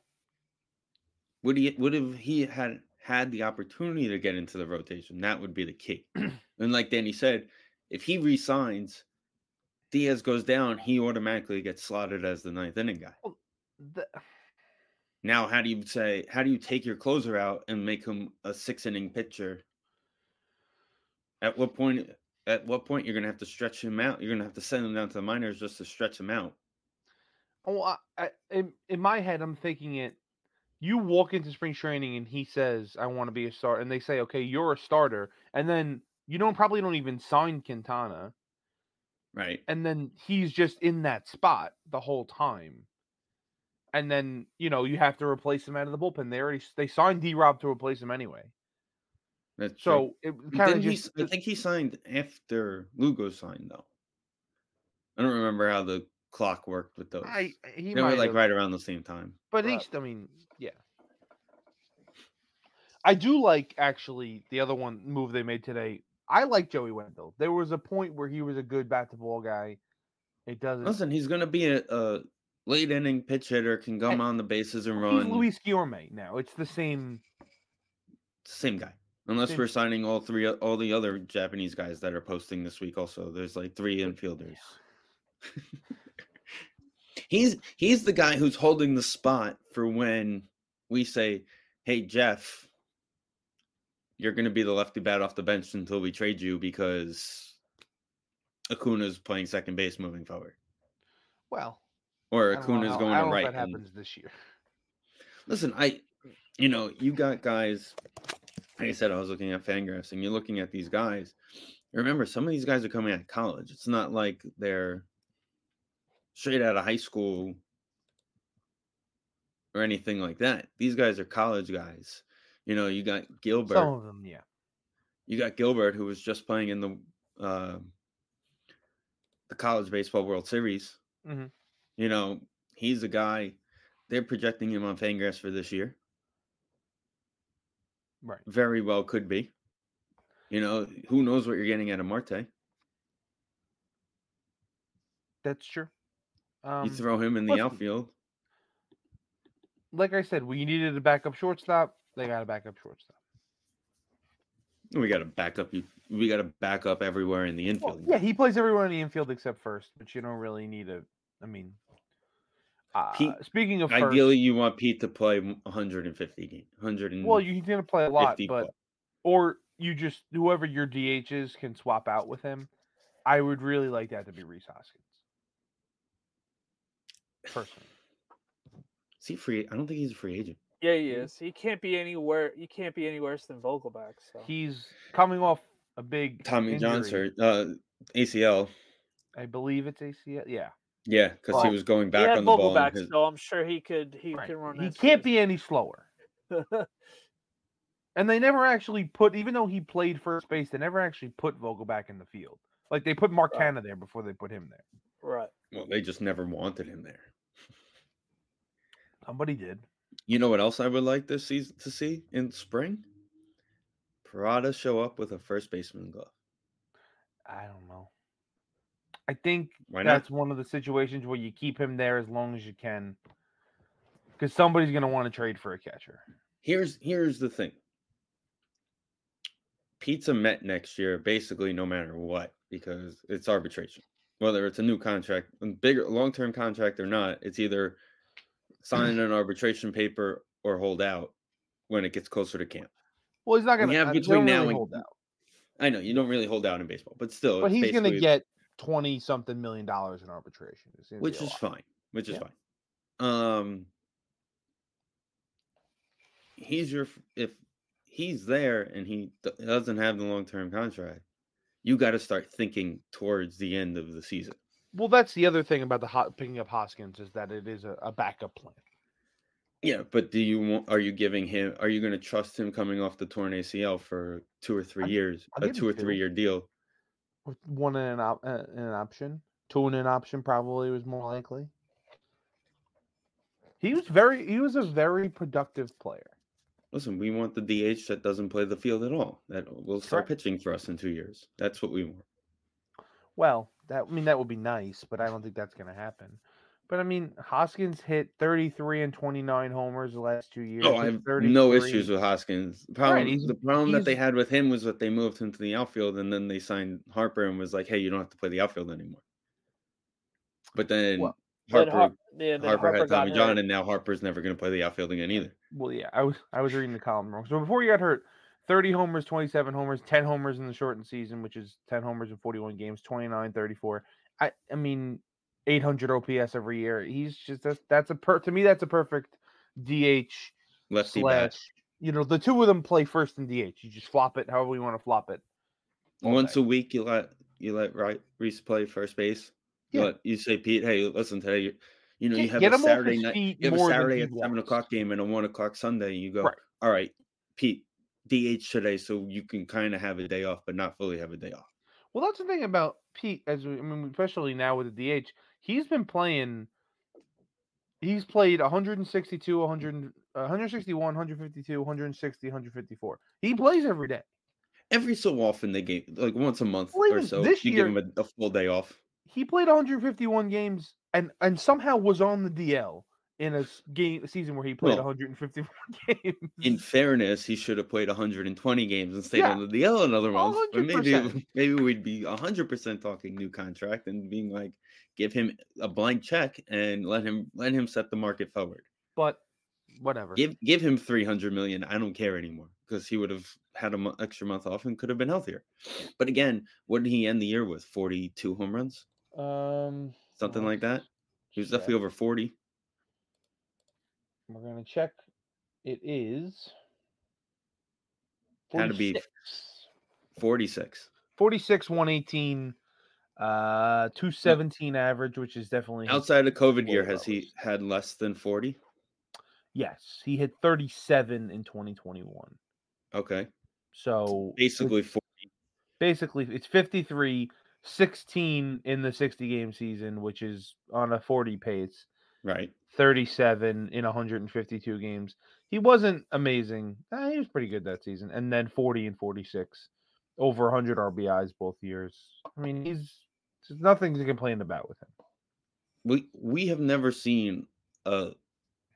A: would he would have he had had the opportunity to get into the rotation that would be the key and like danny said if he resigns diaz goes down he automatically gets slotted as the ninth inning guy
B: The-
A: now how do you say how do you take your closer out and make him a six inning pitcher at what point at what point you're going to have to stretch him out you're going to have to send him down to the minors just to stretch him out
B: oh, I, I, in, in my head, I'm thinking it. You walk into spring training and he says, "I want to be a starter," and they say, "Okay, you're a starter," and then you don't probably don't even sign Quintana,
A: right
B: and then he's just in that spot the whole time. And then you know you have to replace him out of the bullpen. They already s- they signed D Rob to replace him anyway.
A: that's true.
B: So it kind
A: Didn't
B: of
A: he
B: just
A: s- I think he signed after Lugo signed though. I don't remember how the clock worked with those.
B: I he
A: they were
B: might
A: like
B: have,
A: right around the same time.
B: but
C: right.
B: he's I mean yeah I do like actually the other one move they made today. I like Joey Wendell. There was a point where he was a good bat to ball guy. It doesn't.
A: Listen, he's going to be a, a late inning pitch hitter, can come
B: Hey,
A: on the bases and
B: he's
A: run.
B: Luis Guillorme now. It's the same.
A: Same guy. Unless
B: Same-
A: we're signing all three, uh, all the other Japanese guys that are posting this week. Also, there's like three infielders. he's he's the guy who's holding the spot for when we say, "Hey Jeff, you're going to be the lefty bat off the bench until we trade you because Acuna's playing second base moving forward,
B: Well,
A: or
B: I don't know
A: Acuna's
B: how-
A: going
B: I
A: to
B: don't know
A: right."
B: if that
A: and-
B: happens this year.
A: Listen, I, you know, you got guys. Like I said, I was looking at Fangraphs, and you're looking at these guys. Remember, some of these guys are coming out of college. It's not like they're straight out of high school or anything like that. These guys are college guys. You know, you got Gilbert.
B: Some of them, yeah.
A: You got Gilbert, who was just playing in the uh, the college baseball World Series.
B: Mhm.
A: You know, he's a guy. They're projecting him on Fangraphs for this year.
B: Right.
A: Very well could be. You know, who knows what you're getting out of Marte?
B: That's true. Um,
A: you throw him in the
B: listen.
A: outfield.
B: like I said, we needed a backup shortstop. They got a backup shortstop.
A: We got to back up. You, we got to back up everywhere in the
B: Well,
A: infield.
B: yeah, he plays everyone in the infield except first, but you don't really need a. I mean, uh,
A: Pete-
B: speaking of first,
A: Ideally, you want Pete to play 150 games. 100 and
B: well, you, he's going to play a lot,
A: 50
B: but
A: plus.
B: or you just whoever your DH is can swap out with him. I would really like that to be Reese Hoskins. Personally,
A: is he free? I don't think he's a free agent.
C: Yeah, he
A: Hmm.
C: is. He can't be anywhere. He can't be any worse than Vogelback. So
B: he's coming off a big
A: Tommy John
B: injury.
A: sur- uh, ACL.
B: I believe it's ACL. Yeah,
A: Yeah, because he
C: Well,
A: was going
C: he
A: back
C: had
A: on the ball. and
C: Vogelback,
A: his-
C: so I'm sure he could. He
B: right.
C: can run.
B: he
C: as-
B: can't be any slower. And they never actually put, even though he played first base, they never actually put Vogel back in the field. Like they put Mark
C: Right.
B: Canna there before they put him there.
C: right.
A: well, they just never wanted him there.
B: Somebody did.
A: You know what else I would like this season to see in spring? Parada show up with a first baseman glove.
B: I don't know. I think
A: Why not?
B: that's one of the situations where you keep him there as long as you can, because somebody's going to want to trade for a catcher.
A: Here's here's the thing. Pizza Met next year, basically no matter what, because it's arbitration. Whether it's a new contract, a bigger long term contract or not, it's either sign an arbitration paper or hold out when it gets closer to camp.
B: Well, he's not
A: We
B: going to
A: have
B: have
A: between
B: between
A: now
B: really
A: and-
B: hold out,
A: I know you don't really hold out in baseball, but still,
B: but
A: it's
B: he's going to
A: basically-
B: get twenty something million dollars in arbitration, It's gonna be
A: which
B: a
A: is
B: lot.
A: fine which is
B: Yeah.
A: fine um he's your f- if he's there and he d- doesn't have the long-term contract you got to start thinking towards the end of the season
B: Well, that's the other thing about the hot picking up Hoskins is that it is a, a backup plan.
A: yeah but do you want are you giving him are you going to trust him coming off the torn acl for two or 3
B: I'll-
A: years
B: I'll
A: a
B: give him
A: two or
B: two.
A: three year deal
B: with one in an, op- uh, in an option, two in an option probably was more likely. He was very he was a very productive player.
A: listen we want the dh that doesn't play the field at all that will start
B: Correct.
A: pitching for us in two years that's what we want
B: Well, that I mean that would be nice, but I don't think that's going to happen. But I mean, Hoskins hit 33 and 29 homers the last two years.
A: Oh,
B: hit
A: I have no
B: 33.
A: issues with Hoskins. The problem,
B: he's-
A: the problem that they
B: he's-
A: had with him was that they moved him to the outfield, and then they signed Harper and was like, "Hey, you don't have to play the outfield anymore." But then
B: Well,
C: Then
A: Harper,
C: Har- yeah, then
A: Harper, had
C: got
A: Tommy John,
C: hurt.
A: and now Harper's never going to play the outfield again either.
B: Well, yeah, I was I was reading the column wrong. So before he got hurt, 30 homers, 27 homers, 10 homers in the shortened season, which is 10 homers in 41 games, 29, 34. I I mean, 800 OPS every year. He's just that's that's a per to me that's a perfect DH
A: Lefty bat.
B: slash. You know, the two of them play first and DH. You just flop it however you want to flop it. all
A: Once
B: day.
A: a week, you let you let right Reese play first base. You,
B: Yeah.
A: let- you say, Pete, hey, listen today, you, you know,
B: Get-
A: you have
B: get
A: a
B: him off his
A: Saturday night,
B: feet
A: you have a
B: more than
A: Saturday
B: he
A: at seven
B: walks.
A: o'clock game and a one o'clock Sunday. You go,
B: Right.
A: all right, Pete, DH today, so you can kind of have a day off, but not fully have a day off.
B: Well, that's the thing about Pete, as we, I mean, especially now with the DH, he's been playing He's played 162, 100, uh, 161, 152, 160, 154. He plays every day.
A: Every so often they get like once a month
B: Well,
A: or
B: even
A: so.
B: this
A: you give
B: year-
A: him a, a full day off.
B: He played 151 games and and somehow was on the DL in a s- game a season where he played
A: Well,
B: 151 games.
A: In fairness, he should have played 120 games and stayed
B: Yeah.
A: on the DL another month. But maybe
B: 100%.
A: maybe we'd be 100 percent talking new contract and being like, give him a blank check and let him let him set the market forward.
B: but whatever.
A: Give give him 300 million. I don't care anymore because he would have had an extra month off and could have been healthier. But again, what did he end the year with? 42 home runs,
B: Um,
A: something
B: Well,
A: like that. He was
B: yeah.
A: definitely over 40.
B: We're gonna check. It is.
A: Had to be
B: 46.
A: 46.
B: 46, 118, uh, 217 average, which is definitely. his-
A: Outside of COVID year,
B: Well,
A: has he had less than 40?
B: Yes, he hit 37 in 2021.
A: Okay.
B: So it's
A: Basically 40.
B: basically, it's 53, 16 in the 60 game season, which is on a 40 pace,
A: Right.
B: 37 in 152 games. He wasn't amazing. Uh, he was pretty good that season. And then 40 and 46, over 100 RBIs both years. I mean, he's there's nothing to complain about with him.
A: We we have never seen a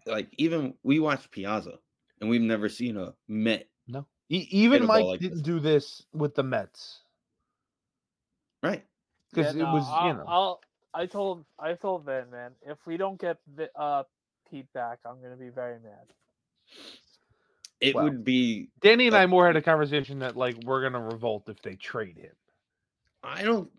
A: like even we watched Piazza and we've never seen a Met,
B: No. E- even
A: a ball
B: Mike
A: like
B: didn't
A: this.
B: do this with the Mets
A: right?
B: because
C: Yeah,
B: it
C: no,
B: was,
C: uh, I'll,
B: you know,
C: I'll, I told, I told Van, man, if we don't get Vi- uh, Pete back, I'm gonna be very mad.
A: It
B: Well.
A: would be
B: Danny and
A: uh,
B: I more had a conversation that like we're gonna revolt if they trade him.
A: I don't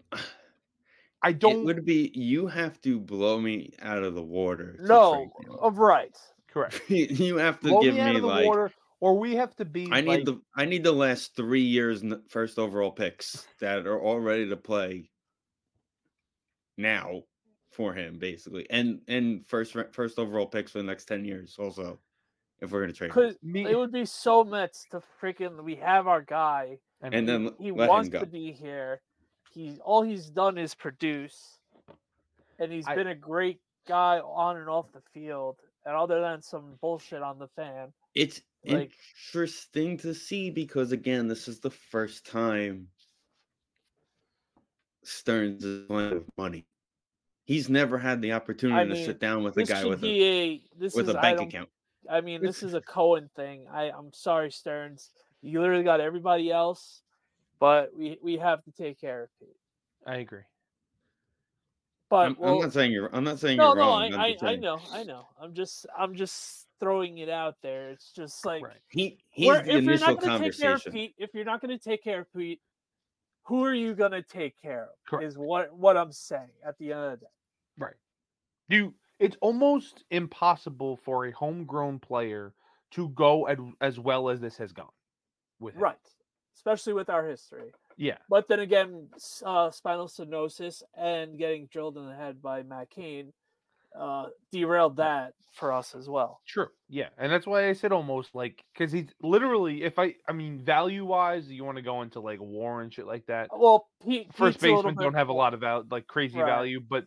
B: I
A: it
B: don't
A: would be you have to blow me out of the water. to
C: No,
A: trade him.
C: oh, right.
B: correct.
A: you have to
B: Blow
A: give
B: me out
A: me
B: of the
A: like
B: water, or we have to be.
A: I need
B: like,
A: the I need the last three years n- first overall picks that are all ready to play now for him basically, and and first ra- first overall picks for the next ten years also if we're gonna trade him.
C: Because
B: me.
C: it would be so Mets to freaking. We have our guy.
B: and
A: and then
C: He
A: let
C: wants
A: him go.
C: to be here. He's all he's done is produce, and he's
B: I-
C: been a great guy on and off the field. And other than some bullshit on the fan,
A: It's
C: Like-
A: interesting to see because again, this is the first time Stearns is playing with money. He's never had the opportunity to
C: mean,
A: sit down with a
C: this
A: guy
C: should
A: with a
C: be a this
A: with
C: is
A: a
C: I
A: bank
C: don't
A: account.
C: I mean,
A: It's-
C: this is a Cohen thing. I, I'm sorry, Stearns. You literally got everybody else, but we, we have to take care of Pete.
B: I agree.
C: But
A: I'm,
C: we'll,
A: I'm not saying you're. I'm not saying
C: no,
A: you're
C: no, I,
A: wrong. I'm
C: I,
A: just
C: I
A: saying-
C: know, I know. I'm just I'm just throwing it out there. It's just like
B: Right.
A: He he's
C: where-
A: the
C: if you're
A: initial
C: not gonna take care of
A: conversation.
C: Pete, if you're not gonna take care of Pete, who are you gonna take care of?
B: Correct.
C: Is what what I'm saying at the end of the day.
B: You, it's almost impossible for a homegrown player to go at, as well as this has gone. With him.
C: Right. Especially with our history.
B: yeah,
C: But then again, s- uh, spinal stenosis and getting drilled in the head by Matt Cain uh, derailed that for us as well.
B: true, yeah, and that's why I said almost like because he's literally, if I, I mean, value wise, you want to go into like war and shit like that.
C: Uh, Well, Pete,
B: first
C: Pete's Oh, a little
B: basemen don't
C: bit
B: have a
C: more-
B: lot of val- like crazy
C: Right.
B: value, but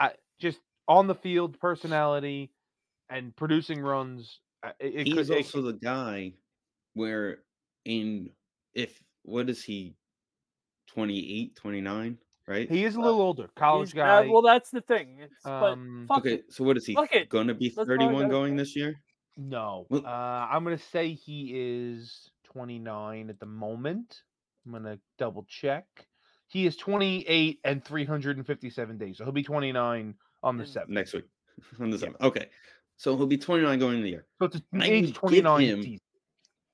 B: I just on the field personality and producing runs. I- It, it
A: he's
B: could, it
A: also the guy where in if what is he 28 29 right
B: could- he
A: uh,
B: is a little older, college
C: He's-
B: guy.
C: uh, well, that's the thing. It's,
B: Um,
C: but fuck
A: okay
C: it.
A: so what is he
C: Fuck it.
A: gonna be
C: Let's call it
A: 31
C: that.
A: going this year
B: no,
A: well-
B: uh, I'm gonna say he is 29 at the moment. I'm gonna double check. He is 28 and 357 days, so he'll be 29 on the
C: And-
B: seventh.
A: next week on the
B: Yeah.
A: seventh. okay so he'll be 29 going in the year
B: So it's an
A: I would
B: age
A: give
B: 29.
A: him-
B: season.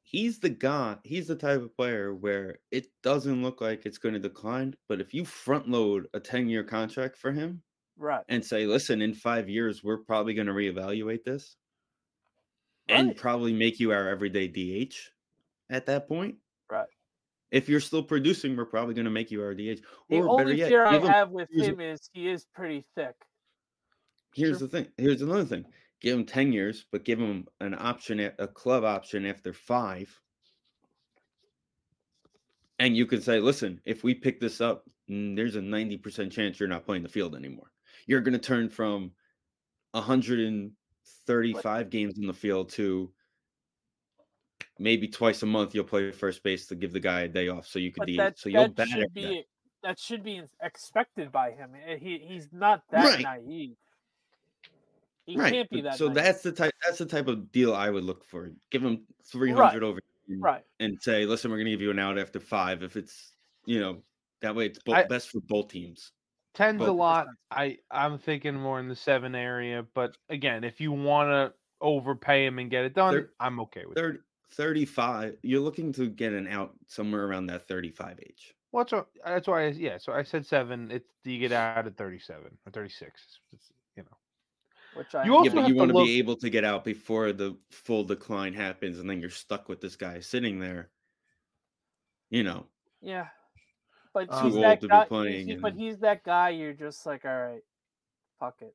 A: he's the guy he's the type of player where it doesn't look like it's going to decline but if you front load a 10 year contract for him
C: Right.
A: and say listen in five years we're probably going to reevaluate this and
C: Right.
A: probably make you our everyday DH at that point.
C: Right.
A: If you're still producing, we're probably going to make you our DH.
C: The
A: Or better
C: only
A: yet,
C: fear I
A: give him-
C: have with
A: use it.
C: him is he is pretty thick.
A: here's the thing. Here's another thing. Give him 10 years, but give him an option, at, a club option after five. And you can say, listen, if we pick this up, mm, there's a 90% chance you're not playing the field anymore. You're going to turn from 135 games in the field to maybe twice a month you'll play first base to give the guy a day off so you could
C: But
A: eat.
C: that,
A: So you'll
C: that
A: bat
C: should
A: every day.
C: be that should be expected by him. Eh, He he's not that
A: Right.
C: naive. He can't be
A: but-
C: that.
A: So
C: naive.
A: that's the type that's the type of deal I would look for. Give him 300 over
C: right.
A: and say, "Listen, we're going to give you an out after 5 if it's, you know, that way it's bo-
B: I-
A: best for both teams."
B: Ten's a
A: Well,
B: lot. I I'm thinking more in the seven area, but again, if you want to overpay him and get it done,
A: They're-
B: I'm okay with it.
A: 30, 35, you're looking to get an out somewhere around that 35 age.
B: Well, that's, what- that's why. I, yeah, so I said seven. It's you get out at 37 or 36. It's- it's, you know,
C: Which I
B: You also
A: yeah, but
B: have
A: you
B: to
A: want to
B: look-
A: be able to get out before the full decline happens and then you're stuck with this guy sitting there. You know,
C: yeah. But
B: Too
C: he's
A: old
C: that
A: to be
C: guy.
A: playing
C: he's- But
A: and-
C: he's that guy. You're just like, all right, fuck it.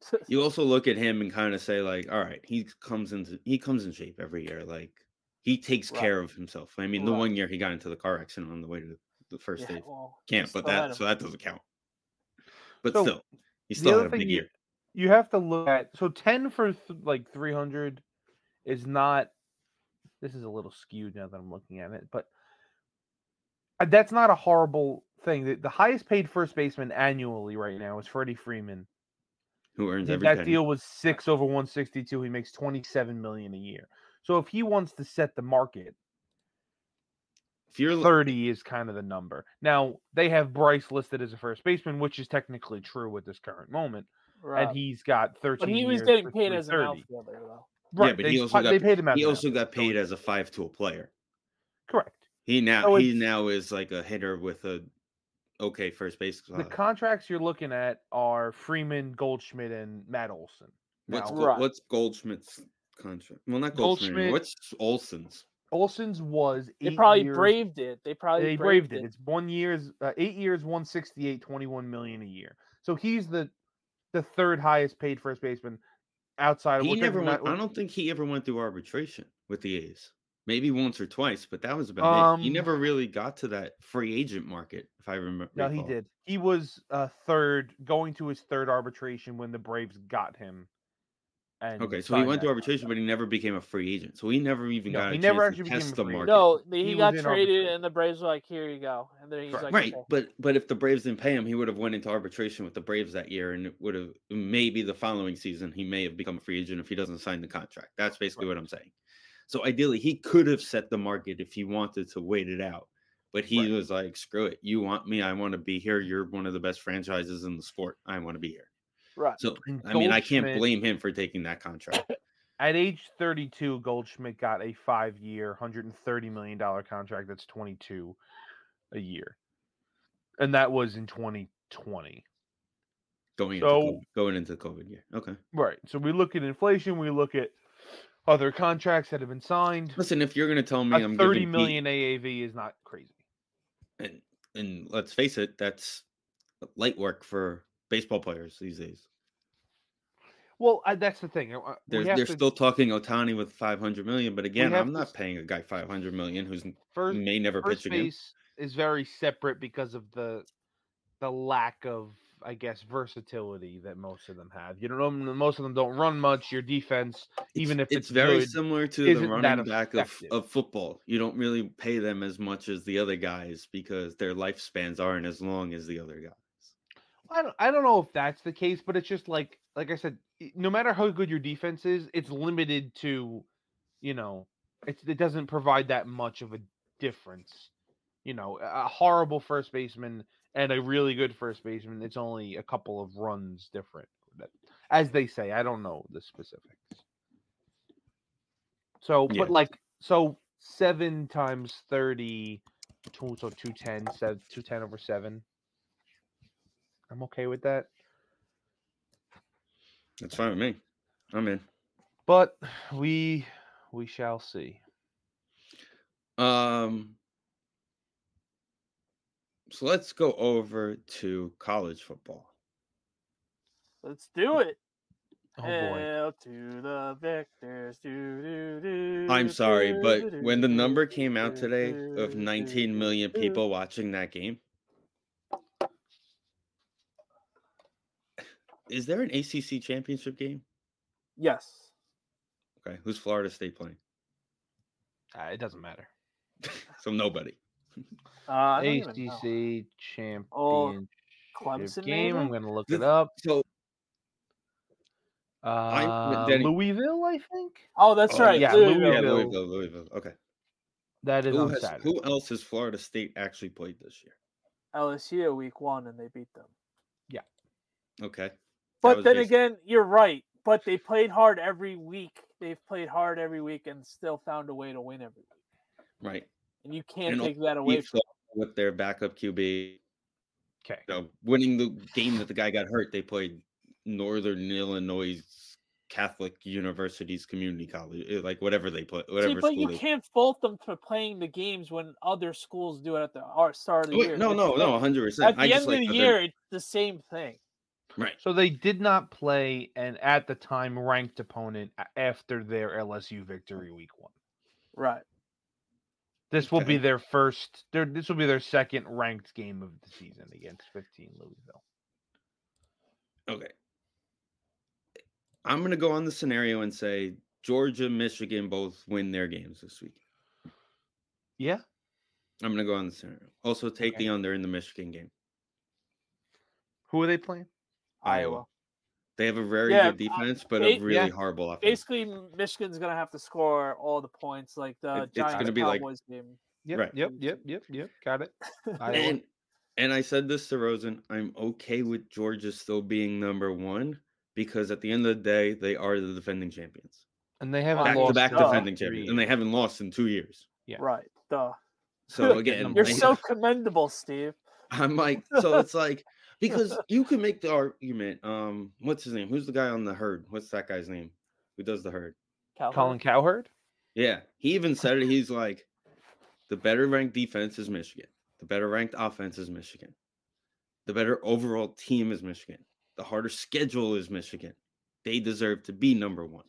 A: you also look at him and kind of say like all right he comes into he comes in shape every year like he takes
C: Right.
A: care of himself i mean the
C: Right.
A: one year he got into the car accident on the way to the first day
C: yeah,
A: of
C: well, you
A: camp but
C: still had
A: that
C: him.
A: so that doesn't count but
B: So,
A: still he
B: the
A: still
B: other
A: had a big
B: thing you-
A: year
B: you have to look at so 10 for th- like 300 is not. This is a little skewed now that I'm looking at it, but uh, that's not a horrible thing. The, the highest paid first baseman annually right now is Freddie Freeman.
A: who earns
B: Th-
A: every
B: that
A: penny.
B: deal was six over 162 he makes 27 million a year so if he wants to set the market
A: if you're
B: 30 is kind of the number now they have bryce listed as a first baseman which is technically true at this current moment
C: Right.
B: and he's got 13
C: but he was
B: years
C: getting
B: for
C: paid as an
B: 330.
C: outfielder though.
B: right
A: but
B: they,
A: he
B: s-
A: also got-
B: they paid him as
A: he
B: an
A: also got
B: outfielder, so
A: paid
B: it's-
A: as a five tool player
B: correct
A: he now
B: So
A: he
B: it's-
A: now is like a hitter with a okay first base
B: the
A: uh,
B: contracts you're looking at are freeman goldschmidt and matt olson
A: what's,
B: now-
A: Gol-
C: Right.
A: what's goldschmidt's contract well not goldschmidt, anymore,
B: Goldschmidt-
A: what's olson's
B: olson's was
C: They
B: eight
C: probably
B: years-
C: braved it. They probably
B: they
C: braved, it.
B: It's one year's uh, eight years, 168, 21 million a year. So he's the the third highest paid first baseman outside of
A: He
B: which
A: never went,
B: not-
A: I don't think he ever went through arbitration with the A's. Maybe once or twice, but that was about it. He
B: Um,
A: never really got to that free agent market, if I remember.
B: No, he did. He was uh, third going to his third arbitration when the Braves got him. And
A: Okay, so he
B: signed
A: went
B: that
A: to arbitration, but he never became a free agent. So he never even
B: No,
A: got
B: he
A: a
B: never
A: chance
B: actually
A: to
B: became
A: test
B: a
A: the
B: free agent.
A: market.
C: No, the- he,
B: He was
C: got
B: in
C: traded,
B: arbitration.
C: and the Braves were like, "Here you go," and then he's
B: Correct.
C: like,
A: right,
C: "Okay."
A: but but if the Braves didn't pay him, he would have went into arbitration with the Braves that year, and it would have maybe the following season he may have become a free agent if he doesn't sign the contract. That's basically what I'm saying. So ideally, he could have set the market if he wanted to wait it out, but he
B: Right.
A: was like, "Screw it, you want me? I want to be here. You're one of the best franchises in the sport. I want to be here."
C: right.
A: So
B: And
A: I mean, I can't
B: Goldschmidt-
A: blame him for taking that contract.
B: At age 32, Goldschmidt got a five year, $130 million contract that's 22 a year. And that was in 2020.
A: Going
B: So-
A: into COVID, going into COVID year, okay.
B: Right. So we look at inflation. We look at other contracts that have been signed.
A: Listen, if you're going to tell me
B: A
A: I'm
B: thirty
A: giving Pete-
B: million AAV is not crazy.
A: and and let's face it, that's light work for baseball players these days.
B: Well, I, that's the thing. uh, we
A: They're
B: have
A: they're
B: to-
A: still talking Otani with five hundred million, but again,
B: have
A: I'm
B: to
A: not
B: s-
A: paying a guy five hundred million who's n-
B: first.
A: may never
B: First
A: pitch again.
B: base is very separate because of the the lack of, I guess, versatility that most of them have. You know, most of them don't run much. Your defense, even if it's
A: very
B: good,
A: similar to the
B: isn't that
A: running back of,
B: effective.
A: of football, you don't really pay them as much as the other guys because their lifespans aren't as long as the other guys.
B: I don't, I don't know if that's the case, but it's just like like I said, i- no matter how good your defense is, it's limited to, you know, it's, it doesn't provide that much of a difference. You know, a a horrible first baseman and a really good first baseman, it's only a couple of runs different, that- as they say. I don't know the specifics. So,
A: Yeah.
B: but like, so seven times thirty, two, so 210, sev- 210 over seven. I'm okay with that.
A: That's fine with me. I'm in.
B: But we we shall see.
A: Um, so let's go over to college football.
C: Let's do it.
B: Oh boy.
C: Hail to the victors. Do, do, do,
A: I'm sorry,
C: do,
A: but
C: do,
A: when the
C: do,
A: number
C: do,
A: came out
C: do,
A: today
C: do,
A: of
C: do,
A: 19 million
B: Mm.
C: do,
A: people watching that game, Is there an ACC championship game?
C: Yes.
A: Okay, who's Florida State playing?
B: Uh, it doesn't matter.
A: So nobody.
C: Uh, I don't even know.
B: ACC championship
C: Oh, Clemson,
B: game. I'm going
C: maybe?
B: to look
A: The-
B: it up.
A: So
B: Uh,
A: Denny-
B: Louisville, I think
C: Oh, that's
A: Oh,
C: right.
B: yeah,
C: Louisville.
A: yeah,
B: Louisville.
A: Louisville, Louisville. Okay.
B: that is
A: Who,
B: on
A: has-
B: Saturday.
A: who else has Florida State actually played this year?
C: LSU week one, and they beat them.
A: Okay. That
C: But
A: was
C: then
A: basi-
C: again, you're right. But they played hard every week. They've played hard every week and still found a way to win every week.
A: right.
C: And you can't
A: And
C: take that away.
A: Wait.
C: From
A: With their backup QB,
B: Okay.
A: you know, winning the game that the guy got hurt, they played Northern Illinois Catholic University's community college, eh, like whatever they play,
C: See,
A: whatever
C: but
A: school
C: you
A: they
C: can't fault them for playing the games when other schools do it at the ar- start of the
A: Wait,
C: year.
A: No,
C: It's
A: no,
C: the-
A: no, hundred percent.
C: At the end of the year, it's the same thing.
A: right?
B: So they did not play an at the time ranked opponent a- after their
A: Oh.
B: LSU victory week one.
C: Right.
B: This will
A: Okay.
B: be their first. Their this will be their second ranked game of the season against 15 Louisville.
A: Okay. I'm gonna go on the scenario and say Georgia, Michigan both win their games this week.
B: Yeah,
A: I'm gonna go on the scenario. Also, take
B: Okay.
A: the under in the Michigan game.
B: who are they playing?
C: Iowa.
A: They have a very
C: Yeah,
A: good
C: uh,
A: defense, but
C: ba-
A: a really
B: yeah.
A: horrible offense.
C: Basically, Michigan's going to have to score all the points like the
A: It- it's
C: Giants
A: gonna be like-
C: Cowboys game.
B: Yep,
A: Right.
B: yep, yep, yep, yep. Got it. Iowa.
A: And and I said this to Rosen. I'm okay with Georgia still being number one because at the end of the day, they are the defending champions.
B: and they haven't
A: Back
B: lost
A: to back
B: in
C: duh.
A: defending
B: three
A: champions, and they haven't lost in two years.
B: Yeah.
C: Right. Duh.
A: So again,
C: You're
A: I-
C: so commendable, Steve.
A: I'm like, so it's like because you can make the argument. Um, what's his name? Who's the guy on the herd? What's that guy's name? Who does the herd?
C: Calvin.
B: Colin Cowherd.
A: Yeah, he even said it. He's like, the better ranked defense is Michigan. The better ranked offense is Michigan. The better overall team is Michigan. The harder schedule is Michigan. They deserve to be number one.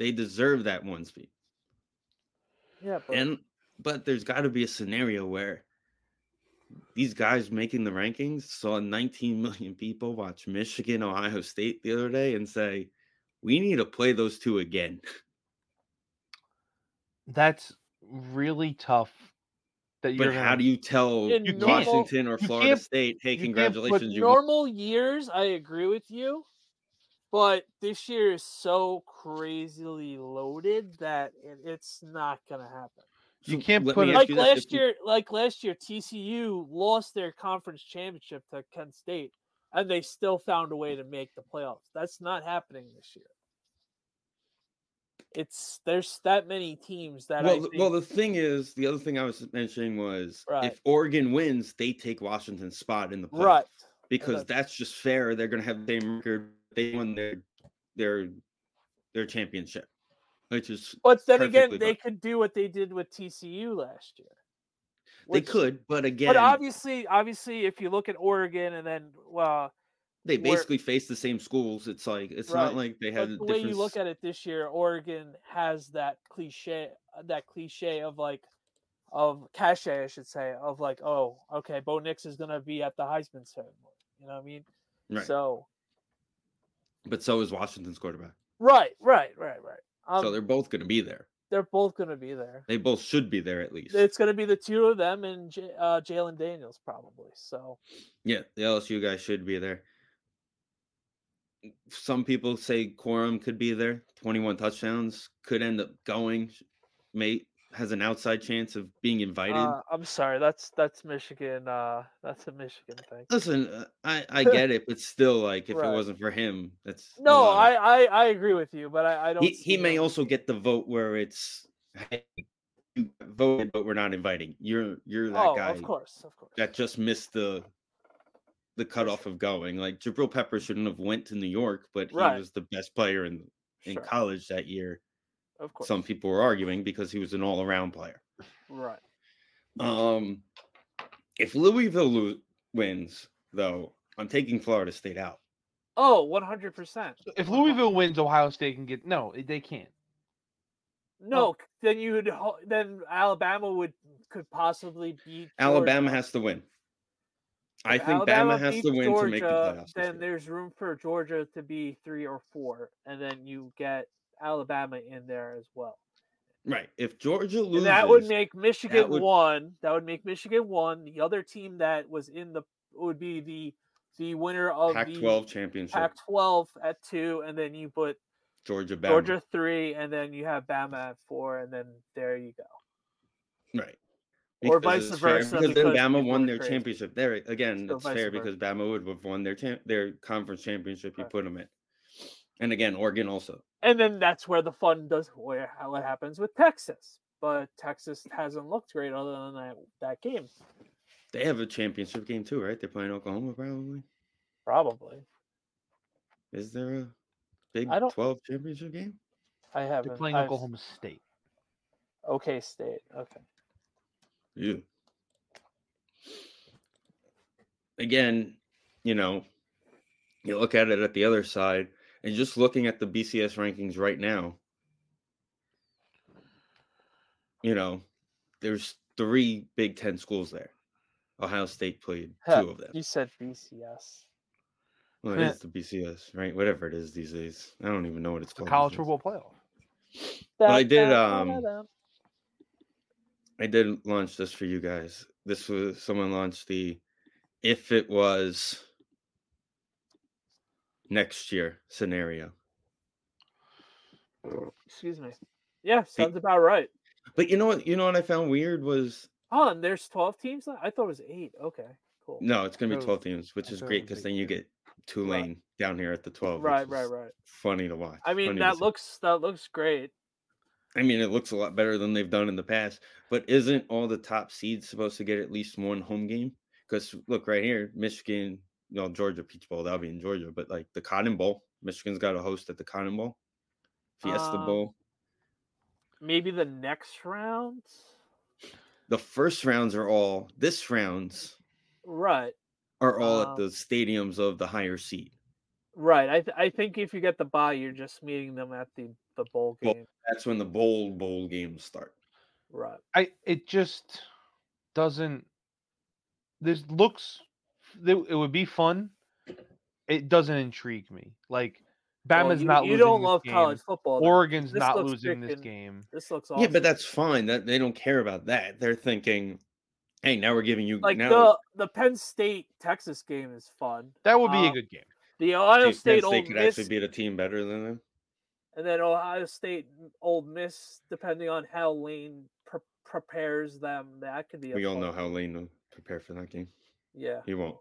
A: They deserve that one speed.
C: Yeah, but
A: And but there's got to be a scenario where these guys making the rankings saw 19 million people watch Michigan, Ohio State the other day and say, "We need to play those two again."
B: That's really tough. That you're
A: But how
B: gonna-
A: do you tell
C: In
B: You can't-
A: Washington or
B: you
A: Florida
B: can't-
A: State, "Hey,
B: you can't put
A: congratulations, you
C: normal years, I agree with you. But this year is so crazily loaded that it, it's not going to happen.
B: you can't
A: let
B: put
A: me
B: it-
A: ask
C: Like
A: you this,
C: last
A: if you-
C: year, like last year, TCU lost their conference championship to Kent State, and they still found a way to make the playoffs. That's not happening this year. It's there's that many teams that I
A: Well, th-
C: think-
A: well, the thing is, the other thing I was mentioning was
C: Right.
A: if Oregon wins, they take Washington's spot in the playoff.
C: right.
A: because
C: that's-
A: that's just fair. They're going to have the same record. They won their their their championship, which is
C: But then again,
A: perfectly
C: they
A: fine.
C: could do what they did with TCU last year.
A: they
C: which-
A: could. But again,
C: But obviously, obviously, if you look at Oregon and then well,
A: they
C: we're-
A: basically face the same schools. It's like it's
C: Right.
A: not like they
C: but
A: had
C: the
A: a
C: way
A: different.
C: you look at it this year, Oregon has that cliche, uh, that cliche of like, of cachet, I should say, of like, oh, okay, Bo Nix is gonna be at the Heisman ceremony. You know what I mean?
A: right.
C: So
A: but so is Washington's quarterback.
C: right, right, right, right. Um,
A: so they're
C: they're
A: both going to be there.
C: both gonna be there.
A: They both should be there at least.
C: It's gonna be the two of them and J- uh, Jalen Daniels probably. So
A: Yeah, the LSU guy should be there. Some people say Quorum could be there. 21 touchdowns could end up going. Mate has an outside chance of being invited.
C: uh, I'm sorry, that's that's Michigan. Uh, that's a Michigan thing.
A: Listen, uh, I I get it, but still, like if
C: Right.
A: it wasn't for him, that's a
C: No,
A: lot
C: I,
A: of-
C: I I agree with you, but I, I don't.
A: he, he
C: see
A: may
C: them-
A: also get the vote where it's hey, you voted, but we're not inviting. You're you're that
C: oh,
A: guy
C: of course, of course.
A: that just missed the the cutoff of going. Like Jabril Pepper shouldn't have went to New York, but he
C: Mm-hmm. Right.
A: was the best player in in
C: Sure,
A: college that year.
C: Of course.
A: Some people were arguing because he was an all around player.
C: Right.
A: Um, if Louisville lo- wins, though, I'm taking Florida State out.
C: Oh, one hundred percent.
B: if Louisville wins, Ohio State can get no. They can't.
A: oh.
C: No, c- then you would ho- then Alabama would could possibly beat
A: Alabama
C: Georgia.
A: has to win. I
C: If
A: think
C: Alabama
A: Bama has to
C: beats
A: win to make the
C: Georgia,
A: playoffs. this
C: Then
A: year.
C: there's room for Georgia to be three or four, and then you get Alabama in there as well.
A: Right. If Georgia loses,
C: and that would make Michigan
A: would-
C: one. That would make Michigan one. The other team that was in the would be the the winner of
A: Pac-12
C: the
A: championship.
C: Pac-12 at two, and then you put
A: Georgia, Bama.
C: Georgia three, and then you have Bama at four, and then there you go.
A: Right.
C: Or vice
A: it's fair,
C: versa,
A: Because then
C: because
A: Bama
C: people
A: won
C: are
A: their
C: crazy.
A: championship. There again,
C: So
A: it's
C: vice
A: fair
C: versa.
A: because Bama would have won their champ, their conference championship. You
C: Right.
A: put them in, and again, Oregon also.
C: And then that's where the fun does where how it happens with Texas. But Texas hasn't looked great other than that that game,
A: They have a championship game too, right? They're playing Oklahoma probably.
C: probably.
A: Is there a Big
C: I don't-
A: Twelve championship game?
C: I haven't.
B: They're playing
C: I've-
B: Oklahoma State.
C: Okay, State. Okay.
A: Yeah. Again, you know, you look at it at the other side, and just looking at the BCS rankings right now, you know, there's three Big Ten schools there. Ohio State played
C: Huh,
A: two of them.
C: You said BCS.
A: Well, it is the BCS, right? Whatever it is these days. I don't even know what it's
B: The
A: called.
B: college
A: these days.
B: football playoff.
A: But I did,
C: Da-da-da-da-da.
A: I did launch this for you guys. This was someone launched the if it was next year scenario.
C: Excuse me. Yeah, sounds about right.
A: But you know what? You know what I found weird was
C: Oh, and there's 12 teams now? I thought it was eight. Okay, cool.
A: no, it's gonna be
C: Oh,
B: No,
A: twelve teams, which
B: I
A: is
B: thought it
A: great
B: was
A: because
B: eight
A: then you
B: too.
A: get Tulane down here at the twelve. which
C: right, right,
A: is
C: right.
A: Funny to watch.
C: I mean,
A: funny to
C: that
A: see.
C: looks that looks great.
A: I mean, it looks a lot better than they've done in the past. But isn't all the top seeds supposed to get at least one home game? Because look right here, Michigan, no Georgia Peach Bowl. That'll be in Georgia, but like the Cotton Bowl, Michigan's got a host at the Cotton Bowl, Fiesta
C: Um,
A: Bowl.
C: Maybe the next round.
A: The first rounds are all. This rounds
C: Right,
A: are all at
C: um,
A: the stadiums of the higher seed.
C: right. I th- I think if you get the bye, you're just meeting them at the the bowl
A: Bowl.
C: game.
A: That's when the bowl bowl games start.
C: Right.
B: I it just doesn't. This looks. It it would be fun. It doesn't intrigue me. Like
C: Well,
B: Bama's
C: you,
B: not.
C: You
B: losing
C: don't
B: this
C: love
B: game.
C: college football. then.
B: Oregon's
C: This
B: not
C: looks
B: losing this
C: freaking-
B: game.
C: This looks awesome.
A: Yeah, but that's fine. That they don't care about that. They're thinking, hey, now we're giving you
C: like
A: now
C: the the Penn State Texas game is fun.
B: That would be a
C: Um,
B: good game.
C: The Ohio
A: Penn State
C: State Old
A: could
C: Miss
A: actually beat a team better than them.
C: and then Ohio State, Old Miss, depending on how Lane pre- prepares them, that could be. a
A: We all
C: fun-
A: know how Lane will prepare for that game.
C: Yeah,
A: He won't.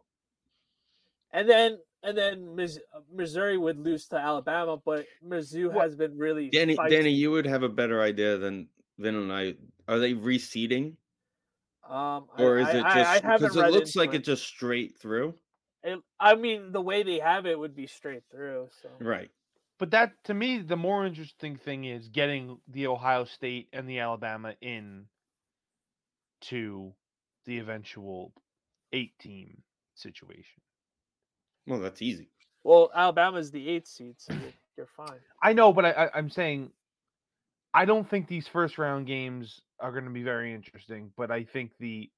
C: and then and then Miss- Missouri would lose to Alabama, but Mizzou
B: Well,
C: has been really.
A: Danny,
C: feisty.
A: Danny, you would have a better idea than Vin and I. Are they reseeding,
C: um, I-
A: or is
C: I-
A: it
C: I- I
A: just
C: haven't
A: because it
C: read
A: looks
C: into
A: like
C: it.
A: it's just straight through?
C: It- I mean, the way they have it would be straight through. So
A: Right.
B: But that to me, the more interesting thing is getting the Ohio State and the Alabama in to the eventual eight team situation.
A: Well, that's easy.
C: well, Alabama's the eighth seed, so you're, you're fine.
B: I know, but I, I, I'm saying I don't think these first round games are going to be very interesting. But I think the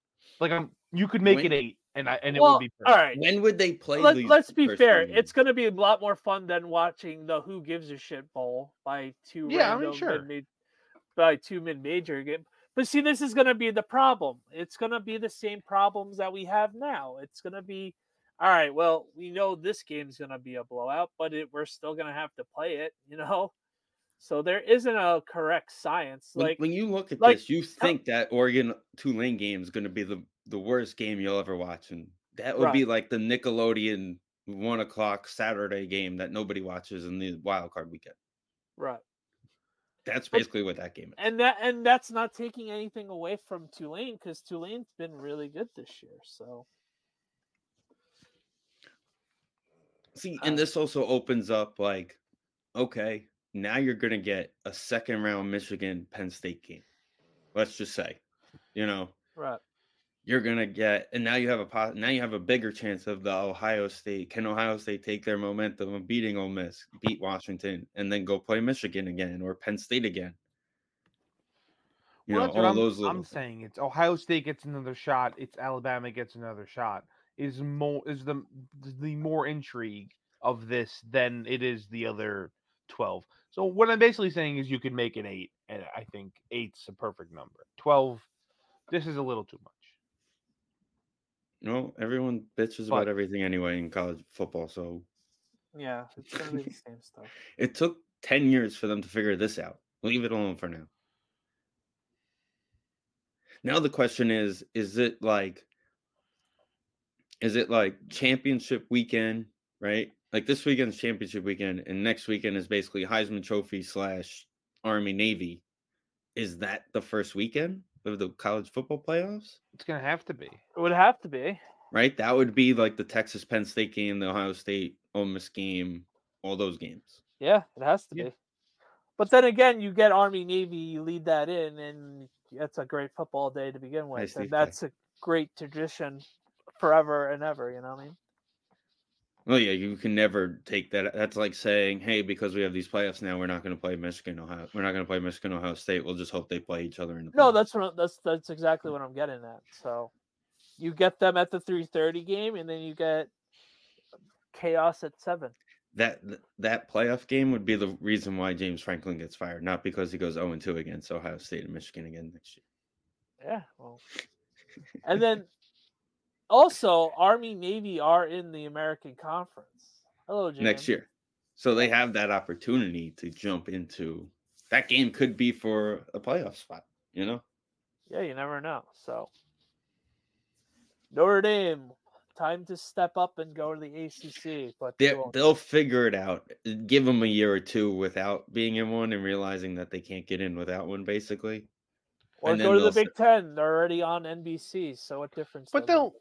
B: like I'm you could make
A: When-
B: it eight, and I and it
C: well,
B: would be perfect.
C: all right.
A: When would they play?
C: Let,
A: these
C: let's be
A: first
C: fair.
A: round games?
C: It's going to be a lot more fun than watching the Who Gives a Shit Bowl by two.
B: Yeah, I mean,
C: random
B: sure.
C: mid-ma- by two mid-major game. But see, this is going to be the problem. It's going to be the same problems that we have now. It's going to be, all right. Well, we know this game's going to be a blowout, but it, we're still going to have to play it. You know, so there isn't a correct science.
A: when,
C: like
A: when you look at
C: like,
A: this, you think that Oregon Tulane game is going to be the the worst game you'll ever watch, and that would be like the Nickelodeon one o'clock Saturday game that nobody watches in the wild card weekend.
C: right.
A: That's
C: But-
A: basically what that game is.
C: And that and that's not taking anything away from Tulane because Tulane's been really good this year. So
A: See,
C: Uh,
B: Um
A: and this also opens up like, okay, now you're gonna get a second round Michigan Penn State game. Let's just say, you know,
C: right.
A: you're gonna get, and now you have a po- now you have a bigger chance of the Ohio State. Can Ohio State take their momentum of beating Ole Miss, beat Washington, and then go play Michigan again or Penn State again? You
B: Well,
A: know,
B: that's
A: all
B: what I'm,
A: those
B: I'm
A: little.
B: saying it's Ohio State gets another shot. It's Alabama gets another shot. is more is the the more intrigue of this than it is the other twelve. So what I'm basically saying is you could make it eight, and I think eight's a perfect number. Twelve, this is a little too much.
A: No, everyone bitches
B: But-
A: about everything anyway in college football. So
C: Yeah, it's gonna be the same stuff.
A: it took 10 years for them to figure this out. Leave it alone for now. Now the question is is it like is it like championship weekend, right? Like this weekend's championship weekend and next weekend is basically Heisman Trophy slash Army Navy. Is that the first weekend of the college football playoffs?
B: It's gonna have to be.
C: It would have to be.
A: right? That would be like the Texas Penn State game, the Ohio State Ole Miss game, all those games.
C: Yeah, it has to
B: Yeah.
C: be. But then again, you get Army Navy, you lead that in, and that's a great football day to begin with.
A: Nice lead
C: and
A: day.
C: that's a great tradition forever and ever, you know what I mean?
A: Well, yeah, you can never take that. That's like saying, hey, because we have these playoffs now, we're not going to play Michigan, Ohio. We're not going to play Michigan, Ohio State. We'll just hope they play each other in the.
C: No,
A: playoffs."
C: that's what I- that's that's exactly what I'm getting at. So you get them at the 3:30 game and then you get chaos at 7.
A: that th- that playoff game would be the reason why James Franklin gets fired, not because he goes zero and two against Ohio State and Michigan again next year.
C: Yeah, well. And then also Army Navy are in the American Conference. Hello, Jim.
A: Next year, so they have that opportunity to jump into that game. Could be for a playoff spot, you know.
C: Yeah, you never know. So Notre Dame, time to step up and go to the ACC. But they
A: they
C: won't.
A: they'll figure it out. Give them a year or two without being in one and realizing that they can't get in without one, basically.
C: or
A: and then
C: go to the
A: they'll
C: Big
A: sit-
C: Ten. They're already on NBC. So what difference?
B: But
C: does
B: they'll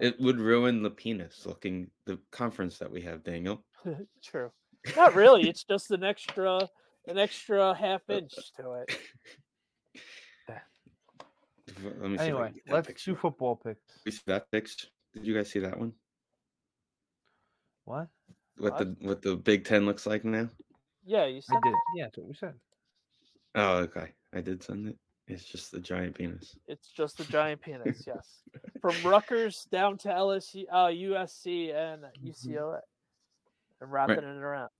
C: it
A: It would ruin the penis looking the conference that we have, Daniel.
C: make? true. Not really. It's just an extra, an extra half inch to it.
A: Let me see. if I can
B: anyway.
A: get that
B: Let's
A: picture.
B: do football picks.
A: We see that picture. Did you guys see that one?
B: What?
C: Uh,
A: What the what the Big Ten looks like now?
C: Yeah, you
B: I
C: said
B: did. Yeah, that's what we said.
A: Oh, okay. I did send it. It's just the giant penis.
C: it's just a giant penis. Yes, from Rutgers down to LSU, uh, USC, and
A: Mm-hmm.
C: UCLA, and wrapping it around.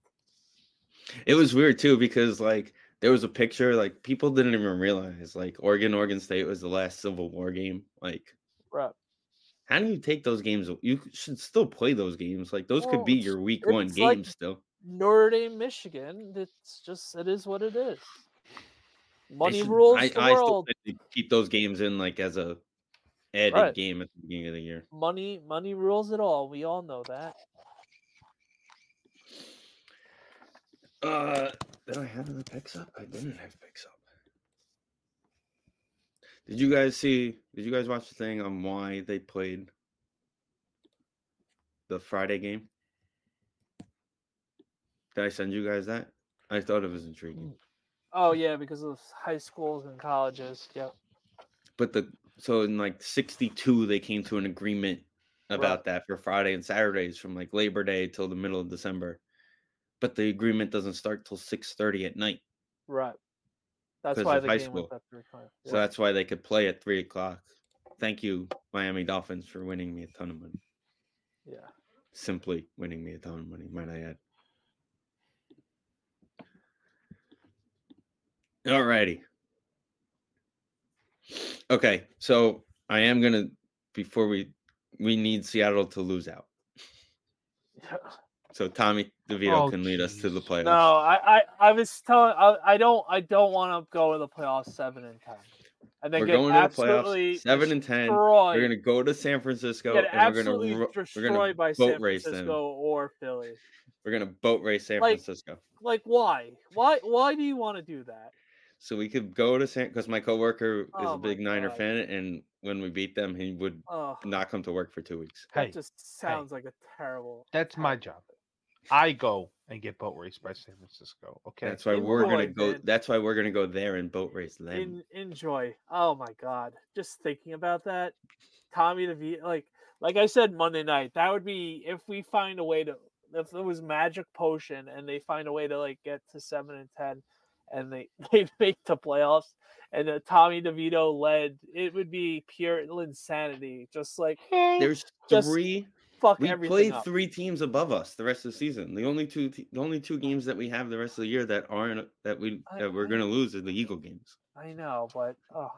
A: It was weird too because like there was a picture like people didn't even realize like Oregon Oregon State was the last Civil War game like
C: Right.
A: How do you take those games? You should still play those games. Like those
C: Well,
A: could be
C: it's-
A: your week one
C: it's
A: game
C: like-
A: still.
C: Notre Dame, Michigan. It's just it is what it is.
A: They
C: Money
A: should-
C: rules
A: I,
C: the
A: I still
C: world.
A: think they keep those games in like as a added
C: Right.
A: game at the beginning of the year.
C: Money, money rules it all. We all know that.
A: Uh, did I have the picks up? I didn't have picks up. Did you guys see? Did you guys watch the thing on why they played the Friday game? Did I send you guys that? I thought it was intriguing.
C: Oh yeah, because of high schools and colleges. Yep.
A: but the so in like 62 they came to an agreement
C: Right.
A: about that for friday and saturdays from like labor day till the middle of december but the agreement doesn't start till 6.30 at night
C: Right. That's
A: 'Cause
C: why
A: of
C: the
A: high
C: game went
A: school.
C: up three times.
A: so that's why they could play at 3 o'clock thank you miami dolphins for winning me a ton of money
C: yeah.
A: simply winning me a ton of money might i add alrighty okay so i am gonna before we we need seattle to lose out
C: yeah.
A: So Tommy DeVito
B: Oh,
A: can lead us to the
B: jeez.
A: playoffs.
C: No, I, I, I was telling I, I don't I don't want to go to the playoffs seven and ten, and then
A: we're
C: get
A: going to the
C: absolutely
A: playoffs. Seven and ten.
C: destroyed.
A: We're gonna go to San Francisco
C: get
A: and we're
C: absolutely
A: gonna ro- we're
C: destroyed
A: gonna
C: by
A: boat
C: San
A: race
C: Francisco
A: them.
C: or Philly.
A: We're gonna boat race San
C: Like-
A: Francisco.
C: Like why? Why? Why do you want to do that?
A: So we could go to San because my coworker is
C: Oh
A: a
C: my
A: big Niner
C: God.
A: fan, and when we beat them, he would
C: Oh,
A: not come to work for two weeks.
C: that
B: Hey,
C: just sounds like a terrible.
B: that's my job. I go and get boat raced by San Francisco. Okay.
A: That's why
C: In
A: we're gonna
C: Roy,
A: go.
C: man.
A: That's why we're gonna go there and boat race them.
C: In, enjoy. Oh my god, just thinking about that, Tommy DeVito. Like, like I said Monday night, that would be if we find a way to. If it was magic potion and they find a way to like get to seven and ten, and they they make the playoffs. And uh, Tommy DeVito led. It would be pure insanity. Just like
A: There's
C: Just
A: three.
C: fuck
A: We
C: everything
A: played
C: up.
A: three teams above us the rest of the season. The only two, te- the only two games that we have the rest of the year that aren't that we
C: I-
A: that we're
C: I-
A: gonna lose are the Eagle games.
C: I know, but oh,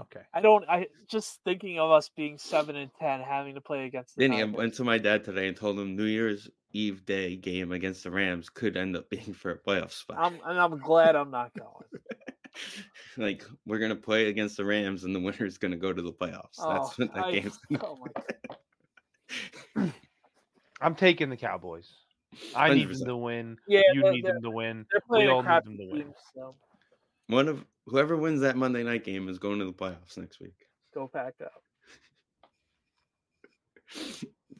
B: Okay.
C: I don't. I just thinking of us being seven and ten, having to play against the.
A: Then I
C: Dodgers.
A: went to my dad today and told him New Year's Eve day game against the Rams could end up being for a playoff spot.
C: I'm and I'm glad I'm not going.
A: like we're gonna play against the Rams and the winner's gonna go to the playoffs. That's
C: oh,
A: what that
C: I-
A: game's.
C: oh my God.
B: I'm taking the Cowboys. I need
A: 100%.
B: them to win.
C: Yeah,
B: you
C: they're,
B: need
C: they're,
B: them to win.
C: they're playing
B: all
C: a
B: need
C: crappy
B: them to
C: team,
B: win.
C: so
A: One of whoever wins that Monday night game is going to the playoffs next week.
C: go pack up.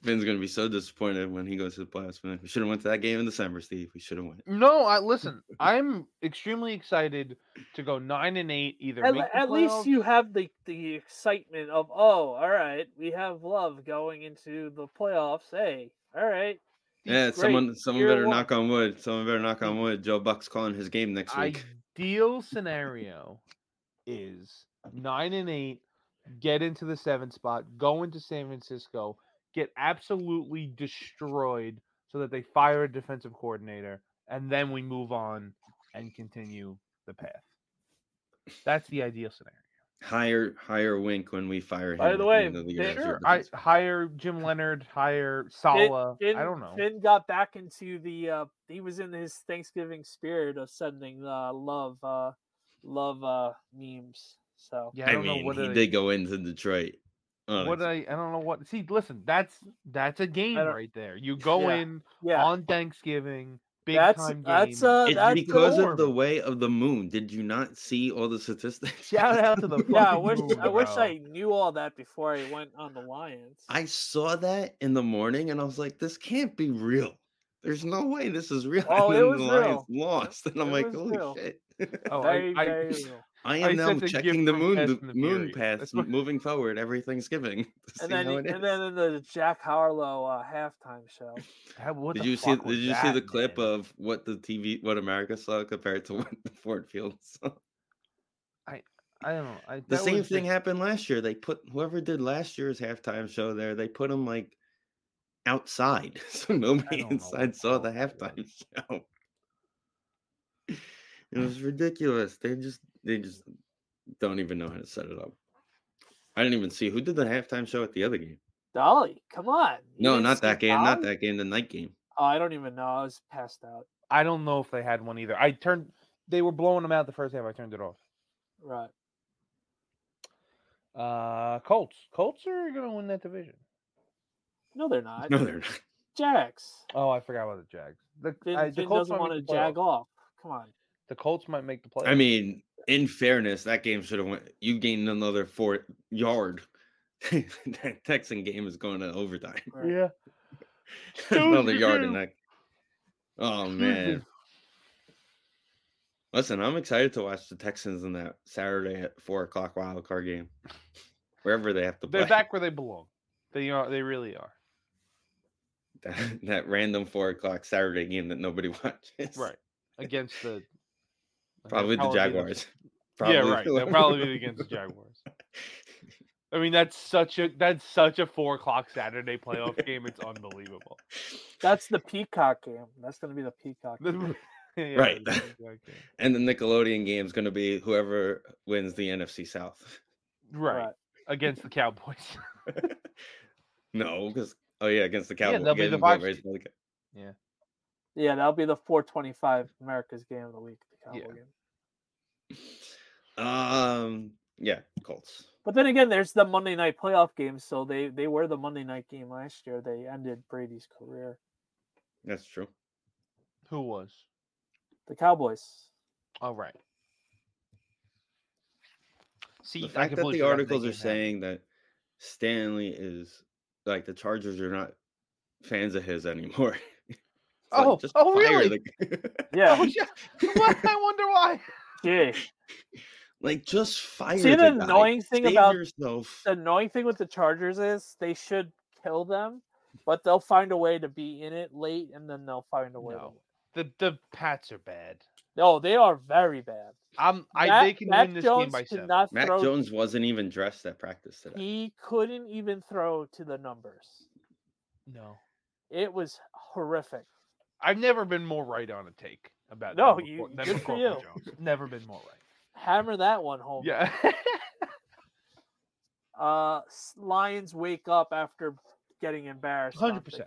A: Finn's gonna be so disappointed when he goes to the playoffs. Man, we should have went to that game in December, Steve. We should have won.
B: No, I listen. I'm extremely excited to go nine and eight. Either
C: At,
B: make the
C: at least
B: playoffs-
C: you have the the excitement of oh, all right, we have love going into the playoffs. Hey, all right,
A: Yeah,
C: great.
A: Eh, someone someone
C: You're
A: better
C: one.
A: knock on wood. Someone better knock on wood. Joe Buck's calling his game next week.
B: ideal scenario is nine and eight, get into the seventh spot, go into San Francisco, get absolutely destroyed so that they fire a defensive coordinator, and then we move on and continue the path. That's the ideal scenario.
A: Hire hire Wink when we fire him.
C: By the
A: at
C: way,
A: end of the
C: they-
A: year as our
C: Sure,
B: I
A: defense-
B: hire Jim Leonard, hire Sala.
C: Finn,
B: I don't know.
C: Finn got back into the. Uh, he was in his Thanksgiving spirit of sending uh, love, uh, love uh, memes. So
B: yeah, I
A: I,
B: don't
A: mean,
B: know what
A: he
B: I-
A: did go into Detroit. Oh,
B: what
A: that's-
B: I I don't know what. See, listen, that's that's a game
C: don't-
B: right there. You go
C: Yeah.
B: in
C: yeah,
B: on Thanksgiving, big
C: that's
B: time game.
C: that's uh,
A: it's
C: that's
A: because
C: uh,
A: of the way of the moon. Did you not see all the statistics?
B: Shout out to the
C: Yeah, I
B: fucking
C: wish
B: moon,
C: I wish
B: bro.
C: I knew all that before I went on the Lions.
A: I saw that in the morning and I was like, this can't be real. There's no way this is real.
C: Oh,
A: and
C: it
A: then
C: was
A: the Lions lost. And I'm
C: It
A: like,
C: was
A: holy
C: real.
A: shit.
B: Oh,
C: very,
B: I, I,
C: very real.
A: I
B: I
A: am now
B: sent a
A: checking
B: gift
A: the
B: from
A: moon
B: Fast
A: the
B: and the
A: moon
B: Furious.
A: paths
B: That's what-
A: moving forward every Thanksgiving. to see
C: And then,
A: how it
C: and
A: is.
C: then in the Jack Harlow uh, halftime show.
B: how- what
A: did
B: the
A: you see
B: fuck
A: did
B: was
A: you see the
B: that,
A: clip
B: man?
A: of what the TV what America saw compared to what the Ford Field saw?
B: I don't know. I,
A: The
B: that
A: same
B: was
A: thing
B: just-
A: happened last year. They put whoever did last year's halftime show there, they put them like outside. So nobody
B: don't know what
A: inside
B: the
A: saw the
B: hell that
A: halftime show. It was ridiculous. They just they just don't even know how to set it up. I didn't even see who did the halftime show at the other game.
C: Dolly, come on. you
A: No,
C: didn't
A: not
C: see
A: that game, not
C: Dolly?
A: that game, the night game.
C: Oh, I don't even know. I was passed out.
B: I don't know if they had one either. I turned. They were blowing them out the first half. I turned it off.
C: Right.
B: Uh, Colts. Colts are gonna win that division.
C: No, they're not.
A: No, they're not.
C: Jags.
B: Oh, I forgot about the Jags. The,
C: Finn,
B: I- the
C: Finn
B: Colts
C: doesn't
B: might
C: want to
B: make the
C: jag
B: playoffs.
C: off. Come on.
B: The Colts might make the playoffs.
A: I mean, in fairness, that game should have went. You gained another four yard. that Texan game is going to overtime.
C: Right.
B: yeah.
A: another yard in
B: Scooby-Doo.
A: that. Oh
B: Excuse
A: man!
B: me.
A: Listen, I'm excited to watch the Texans in that Saturday at four o'clock wild card game, wherever they have to play.
B: They're back where they belong. They are. They really are.
A: That, that random four o'clock Saturday game that nobody watches.
B: Right. Against the. like, they'll
A: Probably the
B: probably be the
A: Jaguars.
B: yeah, right. They'll
A: whoever-
B: probably be against the Jaguars. I mean, that's such a that's such a four o'clock Saturday playoff game. It's unbelievable.
C: That's the Peacock game. That's going to be the Peacock. game.
B: Yeah,
A: Right.
B: it's a four o'clock game.
A: And the Nickelodeon game is going to be whoever wins the NFC South.
B: Right. Against the Cowboys.
A: No, because oh yeah, against the
B: Yeah,
A: Cowboys.
B: they'll be
A: again,
B: the
A: the
B: Vikes.
A: Raiders, like-
C: Yeah, that'll be the 425 America's game of the week. The Cowboy
B: Yeah.
C: game.
A: Um, yeah, Colts.
C: But then again, there's the Monday night playoff game. So they, they were the Monday night game last year. They ended Brady's career.
A: That's true.
B: Who was?
C: The Cowboys.
B: All right. See,
A: The
B: I
A: fact that
B: completely
A: the
B: forgot
A: articles
B: game
A: are
B: happened.
A: saying that Stanley is like the Chargers are not fans of his anymore. It's like,
B: Oh, oh,
A: fire
B: really?
A: the-
C: Yeah.
B: Oh yeah. What? I wonder why.
C: Gee.
A: like just fire.
C: See, the
A: guy.
C: annoying thing
A: Save
C: about
A: yourself.
C: the annoying thing with the Chargers is they should kill them, but they'll find a way to be in it late, and then they'll find a way. to
B: No.
C: win.
B: The the Pats are bad.
C: No, they are very bad.
B: I'm I
C: Mac-
B: they can
C: Mac
B: win this game
C: Jones
B: by
C: did
B: seven.
C: not
A: Mac
C: throw-
A: Jones wasn't even dressed at practice today.
C: He couldn't even throw to the numbers.
B: No.
C: It was horrific.
B: I've never been more right on a take about
C: No,
B: them
C: you-
B: with- them
C: good
B: with
C: for
B: Crawford Jones. Never been more right.
C: Hammer that one home.
B: Yeah.
C: Uh, s- Lions wake up after getting embarrassed. on
B: 100%.
C: Thanksgiving.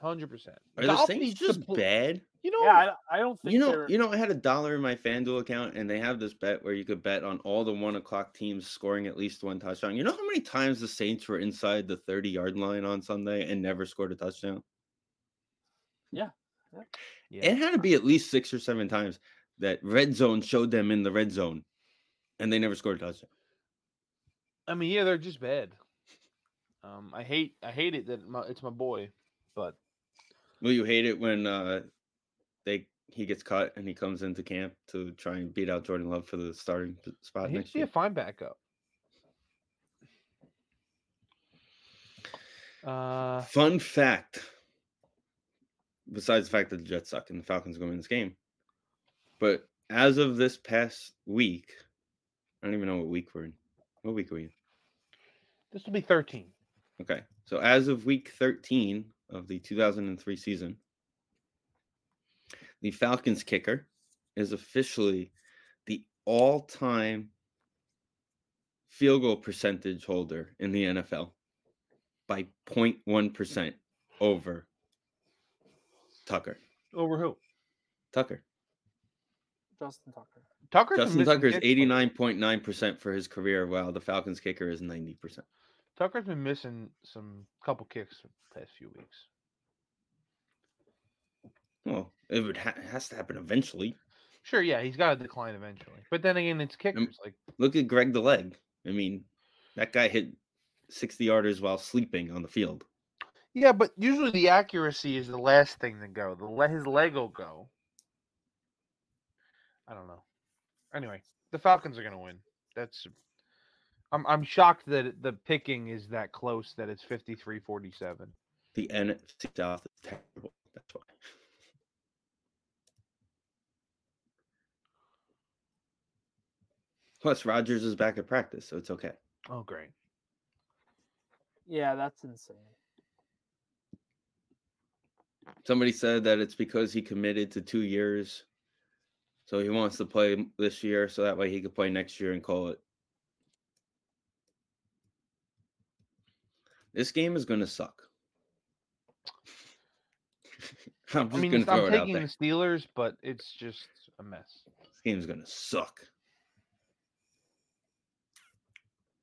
B: Hundred percent.
A: Are the Saints just bad?
B: You know,
C: Yeah, I, I don't think
A: You know,
C: they're.
A: you know, I had a dollar in my FanDuel account, and they have this bet where you could bet on all the one o'clock teams scoring at least one touchdown. You know how many times the Saints were inside the thirty-yard line on Sunday and never scored a touchdown?
B: yeah.
A: It had to be at least six or seven times that red zone showed them in the red zone, and they never scored a touchdown.
B: I mean, yeah, they're just bad. Um, I hate, I hate it that my, it's my boy, but
A: Will you hate it when uh, they he gets cut and he comes into camp to try and beat out Jordan Love for the starting p- spot
B: he'd
A: Uh, next
B: be a
A: year?
B: fine backup. Uh,
A: Fun fact. Besides the fact that the Jets suck and the Falcons going to win this game, but as of this past week, I don't even know what week we're in. What week are we in?
B: this will be thirteen.
A: Okay. So as of week 13 of the 2003 season, the Falcons kicker is officially the all time field goal percentage holder in the NFL by 0.1% over Tucker.
B: Over who?
A: Tucker.
C: Justin Tucker.
B: Tucker.
A: Justin Tucker is 89.9% for his career, while the Falcons kicker is 90%.
B: Tucker's been missing some couple kicks the past few weeks.
A: Well, it would ha- has to happen eventually.
B: Sure, yeah, he's got to decline eventually. But then again, it's kickers. Like,
A: Look at Greg the Leg. I mean, that guy hit 60 yarders while sleeping on the field.
B: yeah, but usually the accuracy is the last thing to go. The let his leg will go. I don't know. Anyway, the Falcons are going to win. That's. I'm I'm shocked that it- the picking is that close. That it's 53-47.
A: The NFC South is terrible. That's why. Plus, Rogers is back at practice, so it's okay.
B: Oh, great.
C: Yeah, that's insane.
A: Somebody said that it's because he committed to two years, so he wants to play this year, so that way he could play next year and call it. This game is going to suck. I'm
B: I
A: just
B: mean,
A: going
B: it's-
A: to throw
B: I'm
A: it out
B: taking
A: there.
B: the Steelers, but it's just a mess.
A: This game's going to suck.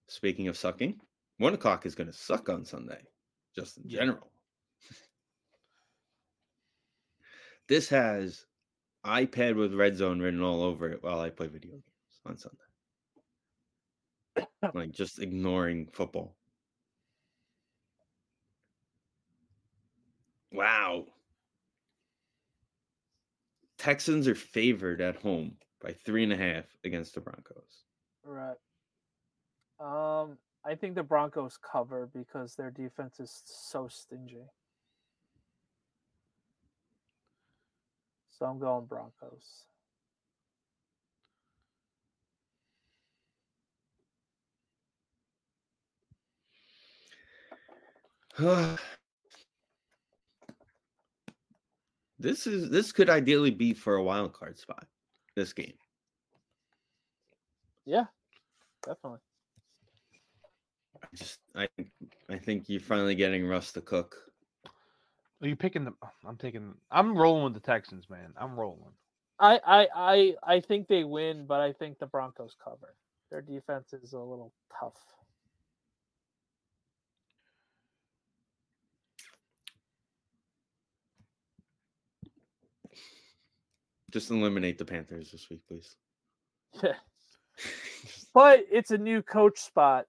A: Speaking of sucking, one o'clock is going to suck on Sunday, just in
B: Yeah.
A: general. this has iPad with red zone written all over it while I play video games on Sunday. like just ignoring football. Wow. Texans are favored at home by three and a half against the Broncos.
C: Right. Um, I think the Broncos cover because their defense is so stingy. So I'm going Broncos.
A: this is this could ideally be for a wild card spot. This game.
C: Yeah, definitely.
A: I just I think I think you're finally getting Russ to cook.
B: Are you picking the? I'm taking. I'm rolling with the Texans, man. I'm rolling.
C: I, I, I, I think they win, but I think the Broncos cover. Their defense is a little tough.
A: Just eliminate the Panthers this week, please.
C: Yeah. But it's a new coach spot.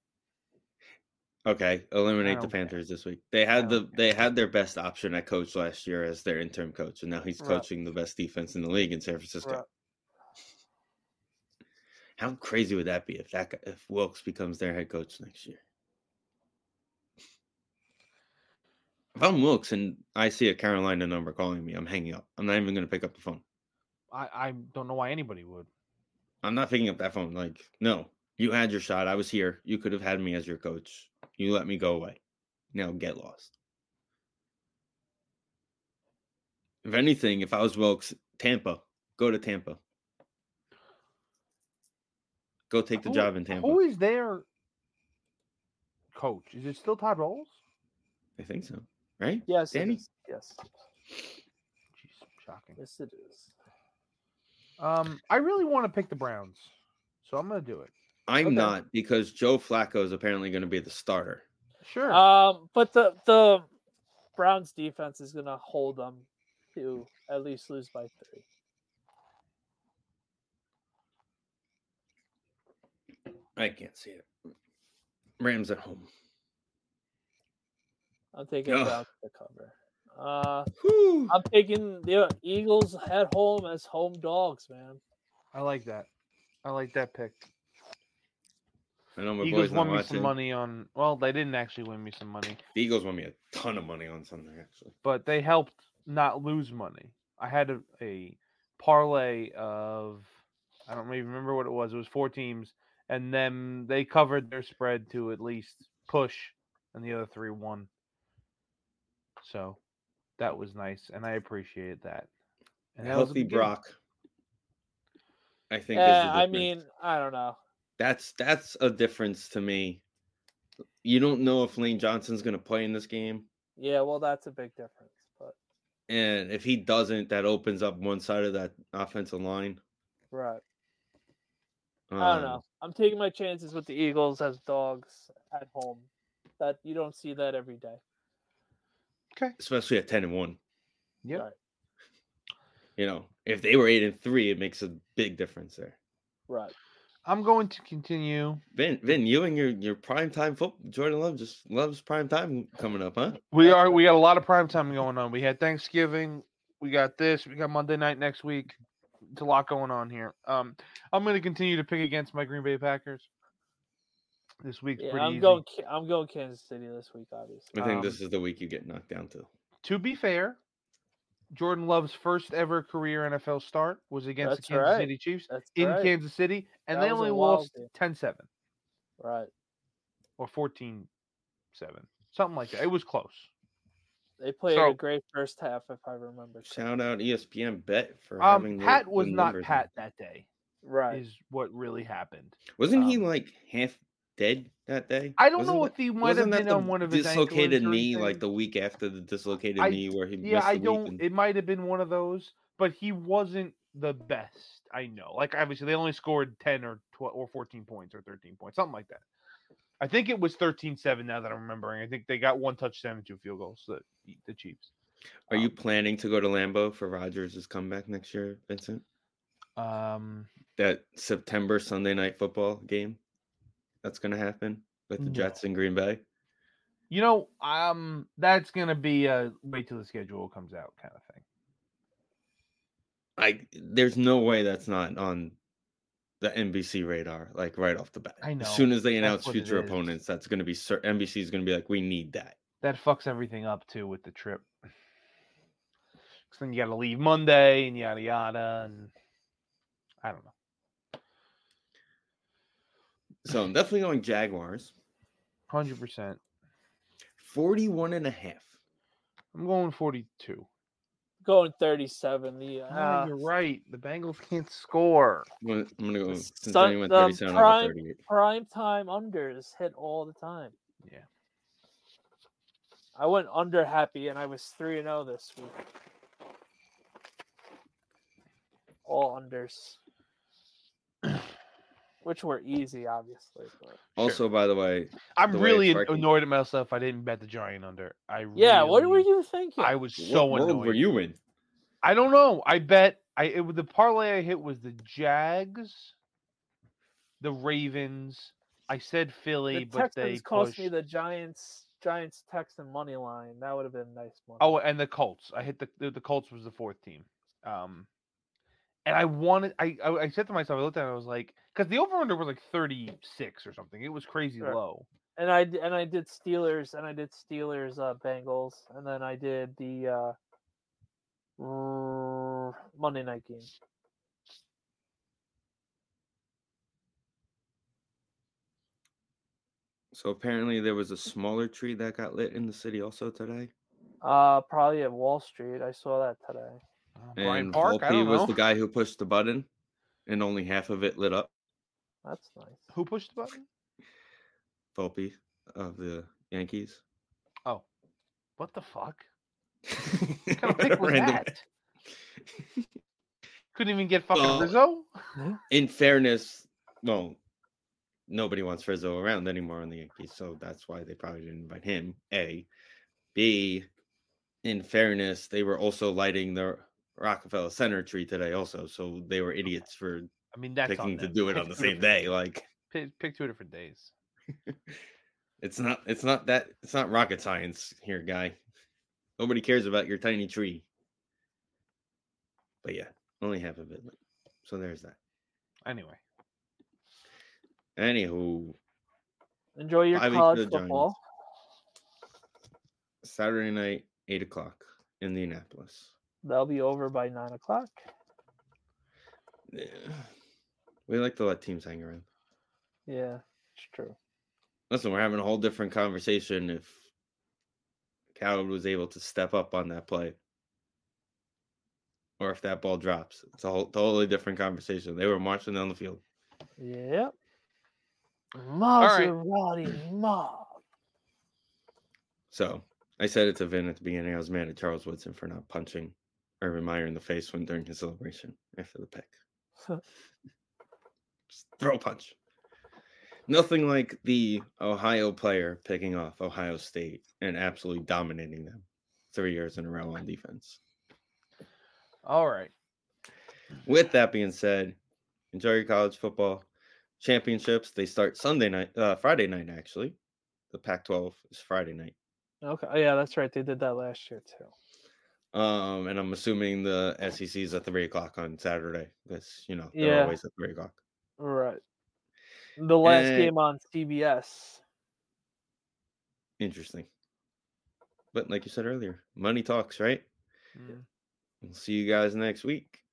A: okay, eliminate the
B: don't care.
A: Panthers this week. They had the
B: don't
A: they had their best option at coach last year as their interim coach, and now he's
C: Right.
A: coaching the best defense in the league in San Francisco.
C: Right.
A: How crazy would that be if that guy, if Wilkes becomes their head coach next year? If I'm Wilkes and I see a Carolina number calling me, I'm hanging up. I'm not even going to pick up the phone.
B: I, I don't know why anybody would.
A: I'm not picking up that phone. Like, no, you had your shot. I was here. You could have had me as your coach. You let me go away. Now get lost. If anything, if I was Wilkes, Tampa, go to Tampa. Go take the
B: Who-
A: job in Tampa.
B: Who is their coach? Is it still Todd Rolls?
A: I think so. Right?
C: Yes, it
A: Danny?
C: is. yes,
B: Jeez, shocking.
C: yes, it is.
B: Um, I really want to pick the Browns, so I'm gonna do it.
A: I'm
B: Okay.
A: not because Joe Flacco is apparently going to be the starter.
B: Sure.
A: Uh,
C: Um, but the the Browns defense is gonna hold them to at least lose by three.
A: I can't see it. Rams at home.
C: I'm taking
A: Ugh.
C: Browns to cover. Uh,
A: Whew.
C: I'm taking the Eagles at home as home dogs, man.
B: I like that. I like that pick.
A: I know my
B: Eagles
A: boys not
B: won me some
A: watching.
B: money on. Well, they didn't actually win me some money,
A: The Eagles won me a ton of money on Sunday, actually.
B: but they helped not lose money. I had a, a parlay of I don't even remember what it was. It was four teams, and then they covered their spread to at least push, and the other three won. So that was nice, and I appreciate that. And that was a
A: Healthy
B: big game. Uh,
A: Brock. I think. is the
C: Yeah, Eh, I
A: difference.
C: mean, I don't know.
A: that's that's a difference to me. You don't know if Lane Johnson's going to play in this game,
C: Yeah, well, that's a big difference. But
A: and if he doesn't, that opens up one side of that offensive line.
C: right,
A: Um,
C: I don't know. I'm taking my chances with the Eagles as dogs at home. That you don't see that every day.
A: especially at ten and one.
B: Yeah.
C: Right.
A: You know, if they were eight and three, it makes a big difference there.
C: Right.
B: I'm going to continue.
A: Vin, Vin, you and your your prime time football. Jordan Love just loves prime time coming up, huh?
B: We are we got a lot of prime time going on. We had Thanksgiving, we got this, we got Monday night next week. It's a lot going on here. Um, I'm going to continue to pick against my Green Bay Packers. This week's
C: Yeah,
B: pretty
C: I'm
B: easy.
C: going. Ki- I'm going Kansas City this week, obviously.
A: I think
B: Um,
A: this is the week you get knocked down to.
B: To be fair, Jordan Love's first ever career NFL start was against
C: That's
B: the Kansas
C: right.
B: City Chiefs
C: That's
B: in
C: right.
B: Kansas City, and
C: That
B: they
C: was a
B: only
C: wild
B: lost
C: game.
B: 10-7
C: Right.
B: or 14-7, something like that. It was close.
C: They played
B: So-
C: a great first half, if I remember. correctly.
A: Shout out E ESPN Bet for having
B: Um,
A: the-
B: Pat
A: the
B: was not
A: numbers on-
B: Pat that day.
C: Right.
B: Is what really happened.
A: Wasn't he
B: Um,
A: like half dead that day?
B: I don't
A: Wasn't
B: know
A: that-
B: if he might have
A: wasn't that
B: been
A: the
B: on one of his ankle
A: dislocated
B: injury
A: knee, like
B: things?
A: the week after the dislocated
B: I-
A: knee, where he
B: Yeah,
A: missed
B: I
A: the
B: don't.
A: week. and-
B: It might have been one of those, but he wasn't the best. I know. Like obviously, they only scored ten or twelve or fourteen points or thirteen points, something like that. I think it was 13-7 Now that I'm remembering, I think they got one touchdown and two field goals. The the Chiefs.
A: Are you
B: um,
A: planning to go to Lambeau for Rogers' comeback next year, Vincent?
B: Um,
A: That September Sunday night football game that's going to happen with the
B: No.
A: Jets in Green Bay.
B: you know, um, that's gonna be a wait till the schedule comes out kind of thing.
A: I there's no way that's not on the NBC radar, like right off the bat.
B: I know,
A: As soon as they announce
B: what it
A: future
B: is.
A: opponents, that's going to be cer- NBC is going to be like, we need that.
B: that fucks everything up too with the trip. 'Cause then you got to leave Monday and yada yada, and I don't know.
A: So I'm definitely going Jaguars.
B: Hundred percent.
A: 41 and a half.
B: I'm going forty-two.
C: Going 37. The,
B: Ah,
C: uh,
B: you're right. The Bengals can't score.
A: I'm gonna, I'm gonna go since
C: Sun-
A: then he went
C: the
A: 37 I'll go
C: prime-
A: 38.
C: prime time unders hit all the time.
B: Yeah.
C: I went under happy, and I was three and zero this week. All unders, which were easy, obviously. But...
A: Also, by the way,
B: I'm
A: the way
B: really
A: it's
B: an-
A: working.
B: annoyed at myself. I didn't bet the Giant under. I
C: Yeah, what were
B: really-
C: you thinking?
B: I was so
A: what world
B: annoyed.
A: were you in?
B: I don't know. I bet I it, was- the parlay I hit was the Jags, the Ravens. I said Philly,
C: the
B: but they
C: Texans cost
B: pushed.
C: me the Giants, Giants, Texan money line. That would have been nice money.
B: Oh, and the Colts. I hit the the the Colts was the fourth team. Um, and I wanted. I I, I said to myself, I looked at it, I was like, because the over under was like thirty six or something. It was crazy
C: Sure.
B: low,
C: and I d- and I did Steelers and I did Steelers uh, Bengals and then I did the uh, r- Monday night game.
A: So apparently there was a smaller tree that got lit in the city also today.
C: Uh, probably at Wall Street. I saw that today.
B: Uh, Bryant
A: And
B: Park, I
A: Volpe
B: don't know.
A: was the guy who pushed the button, and only half of it lit up.
C: That's nice.
B: Who pushed the button?
A: Volpe of the Yankees.
B: What the fuck? What kind of pick was
A: Random-
B: that? Couldn't even get fucking
A: Well,
B: Rizzo.
A: In fairness, well, nobody wants Frizzo around anymore on the Yankees, so that's why they probably didn't invite him. A, B. In fairness, they were also lighting the Rockefeller Center tree today, also, so they were idiots for
B: I mean, that's on
A: picking to
B: them.
A: do it
B: Pick
A: on the
B: two
A: same
B: different-
A: day. Like
B: Pick, pick two different days.
A: It's not it's not that it's not rocket science here, guy. Nobody cares about your tiny tree. But yeah, only half of it. lit. So there's that.
B: Anyway,
A: Anywho,
C: Enjoy your
A: Five weeks
C: college
A: to the Giants.
C: football.
A: Saturday night, eight o'clock, Indianapolis.
C: That'll be over by nine o'clock.
A: Yeah. We like to let teams hang around.
C: Yeah, it's true.
A: Listen, we're having a whole different conversation if Coward was able to step up on that play. Or if that ball drops. It's a whole totally different conversation. They were marching down the field.
C: Yep.
B: right.
C: Maserati mob.
A: So I said it to Vin at the beginning. I was mad at Charles Woodson for not punching Urban Meyer in the face when during his celebration after the pick. Just throw a punch. Nothing like the Ohio player picking off Ohio State and absolutely dominating them three years in a row on defense.
B: all right.
A: With that being said, enjoy your college football championships. They start Sunday night, uh, Friday night actually. The Pac-12 is Friday night.
C: Okay. Oh, yeah, that's right. They did that last year too.
A: Um, and I'm assuming the SEC is at three o'clock on Saturday because you know they're
C: Yeah.
A: always at three o'clock.
C: Right. The last
A: And-
C: game on CBS.
A: Interesting. But like you said earlier, money talks, right?
B: Mm.
A: We'll see you guys next week.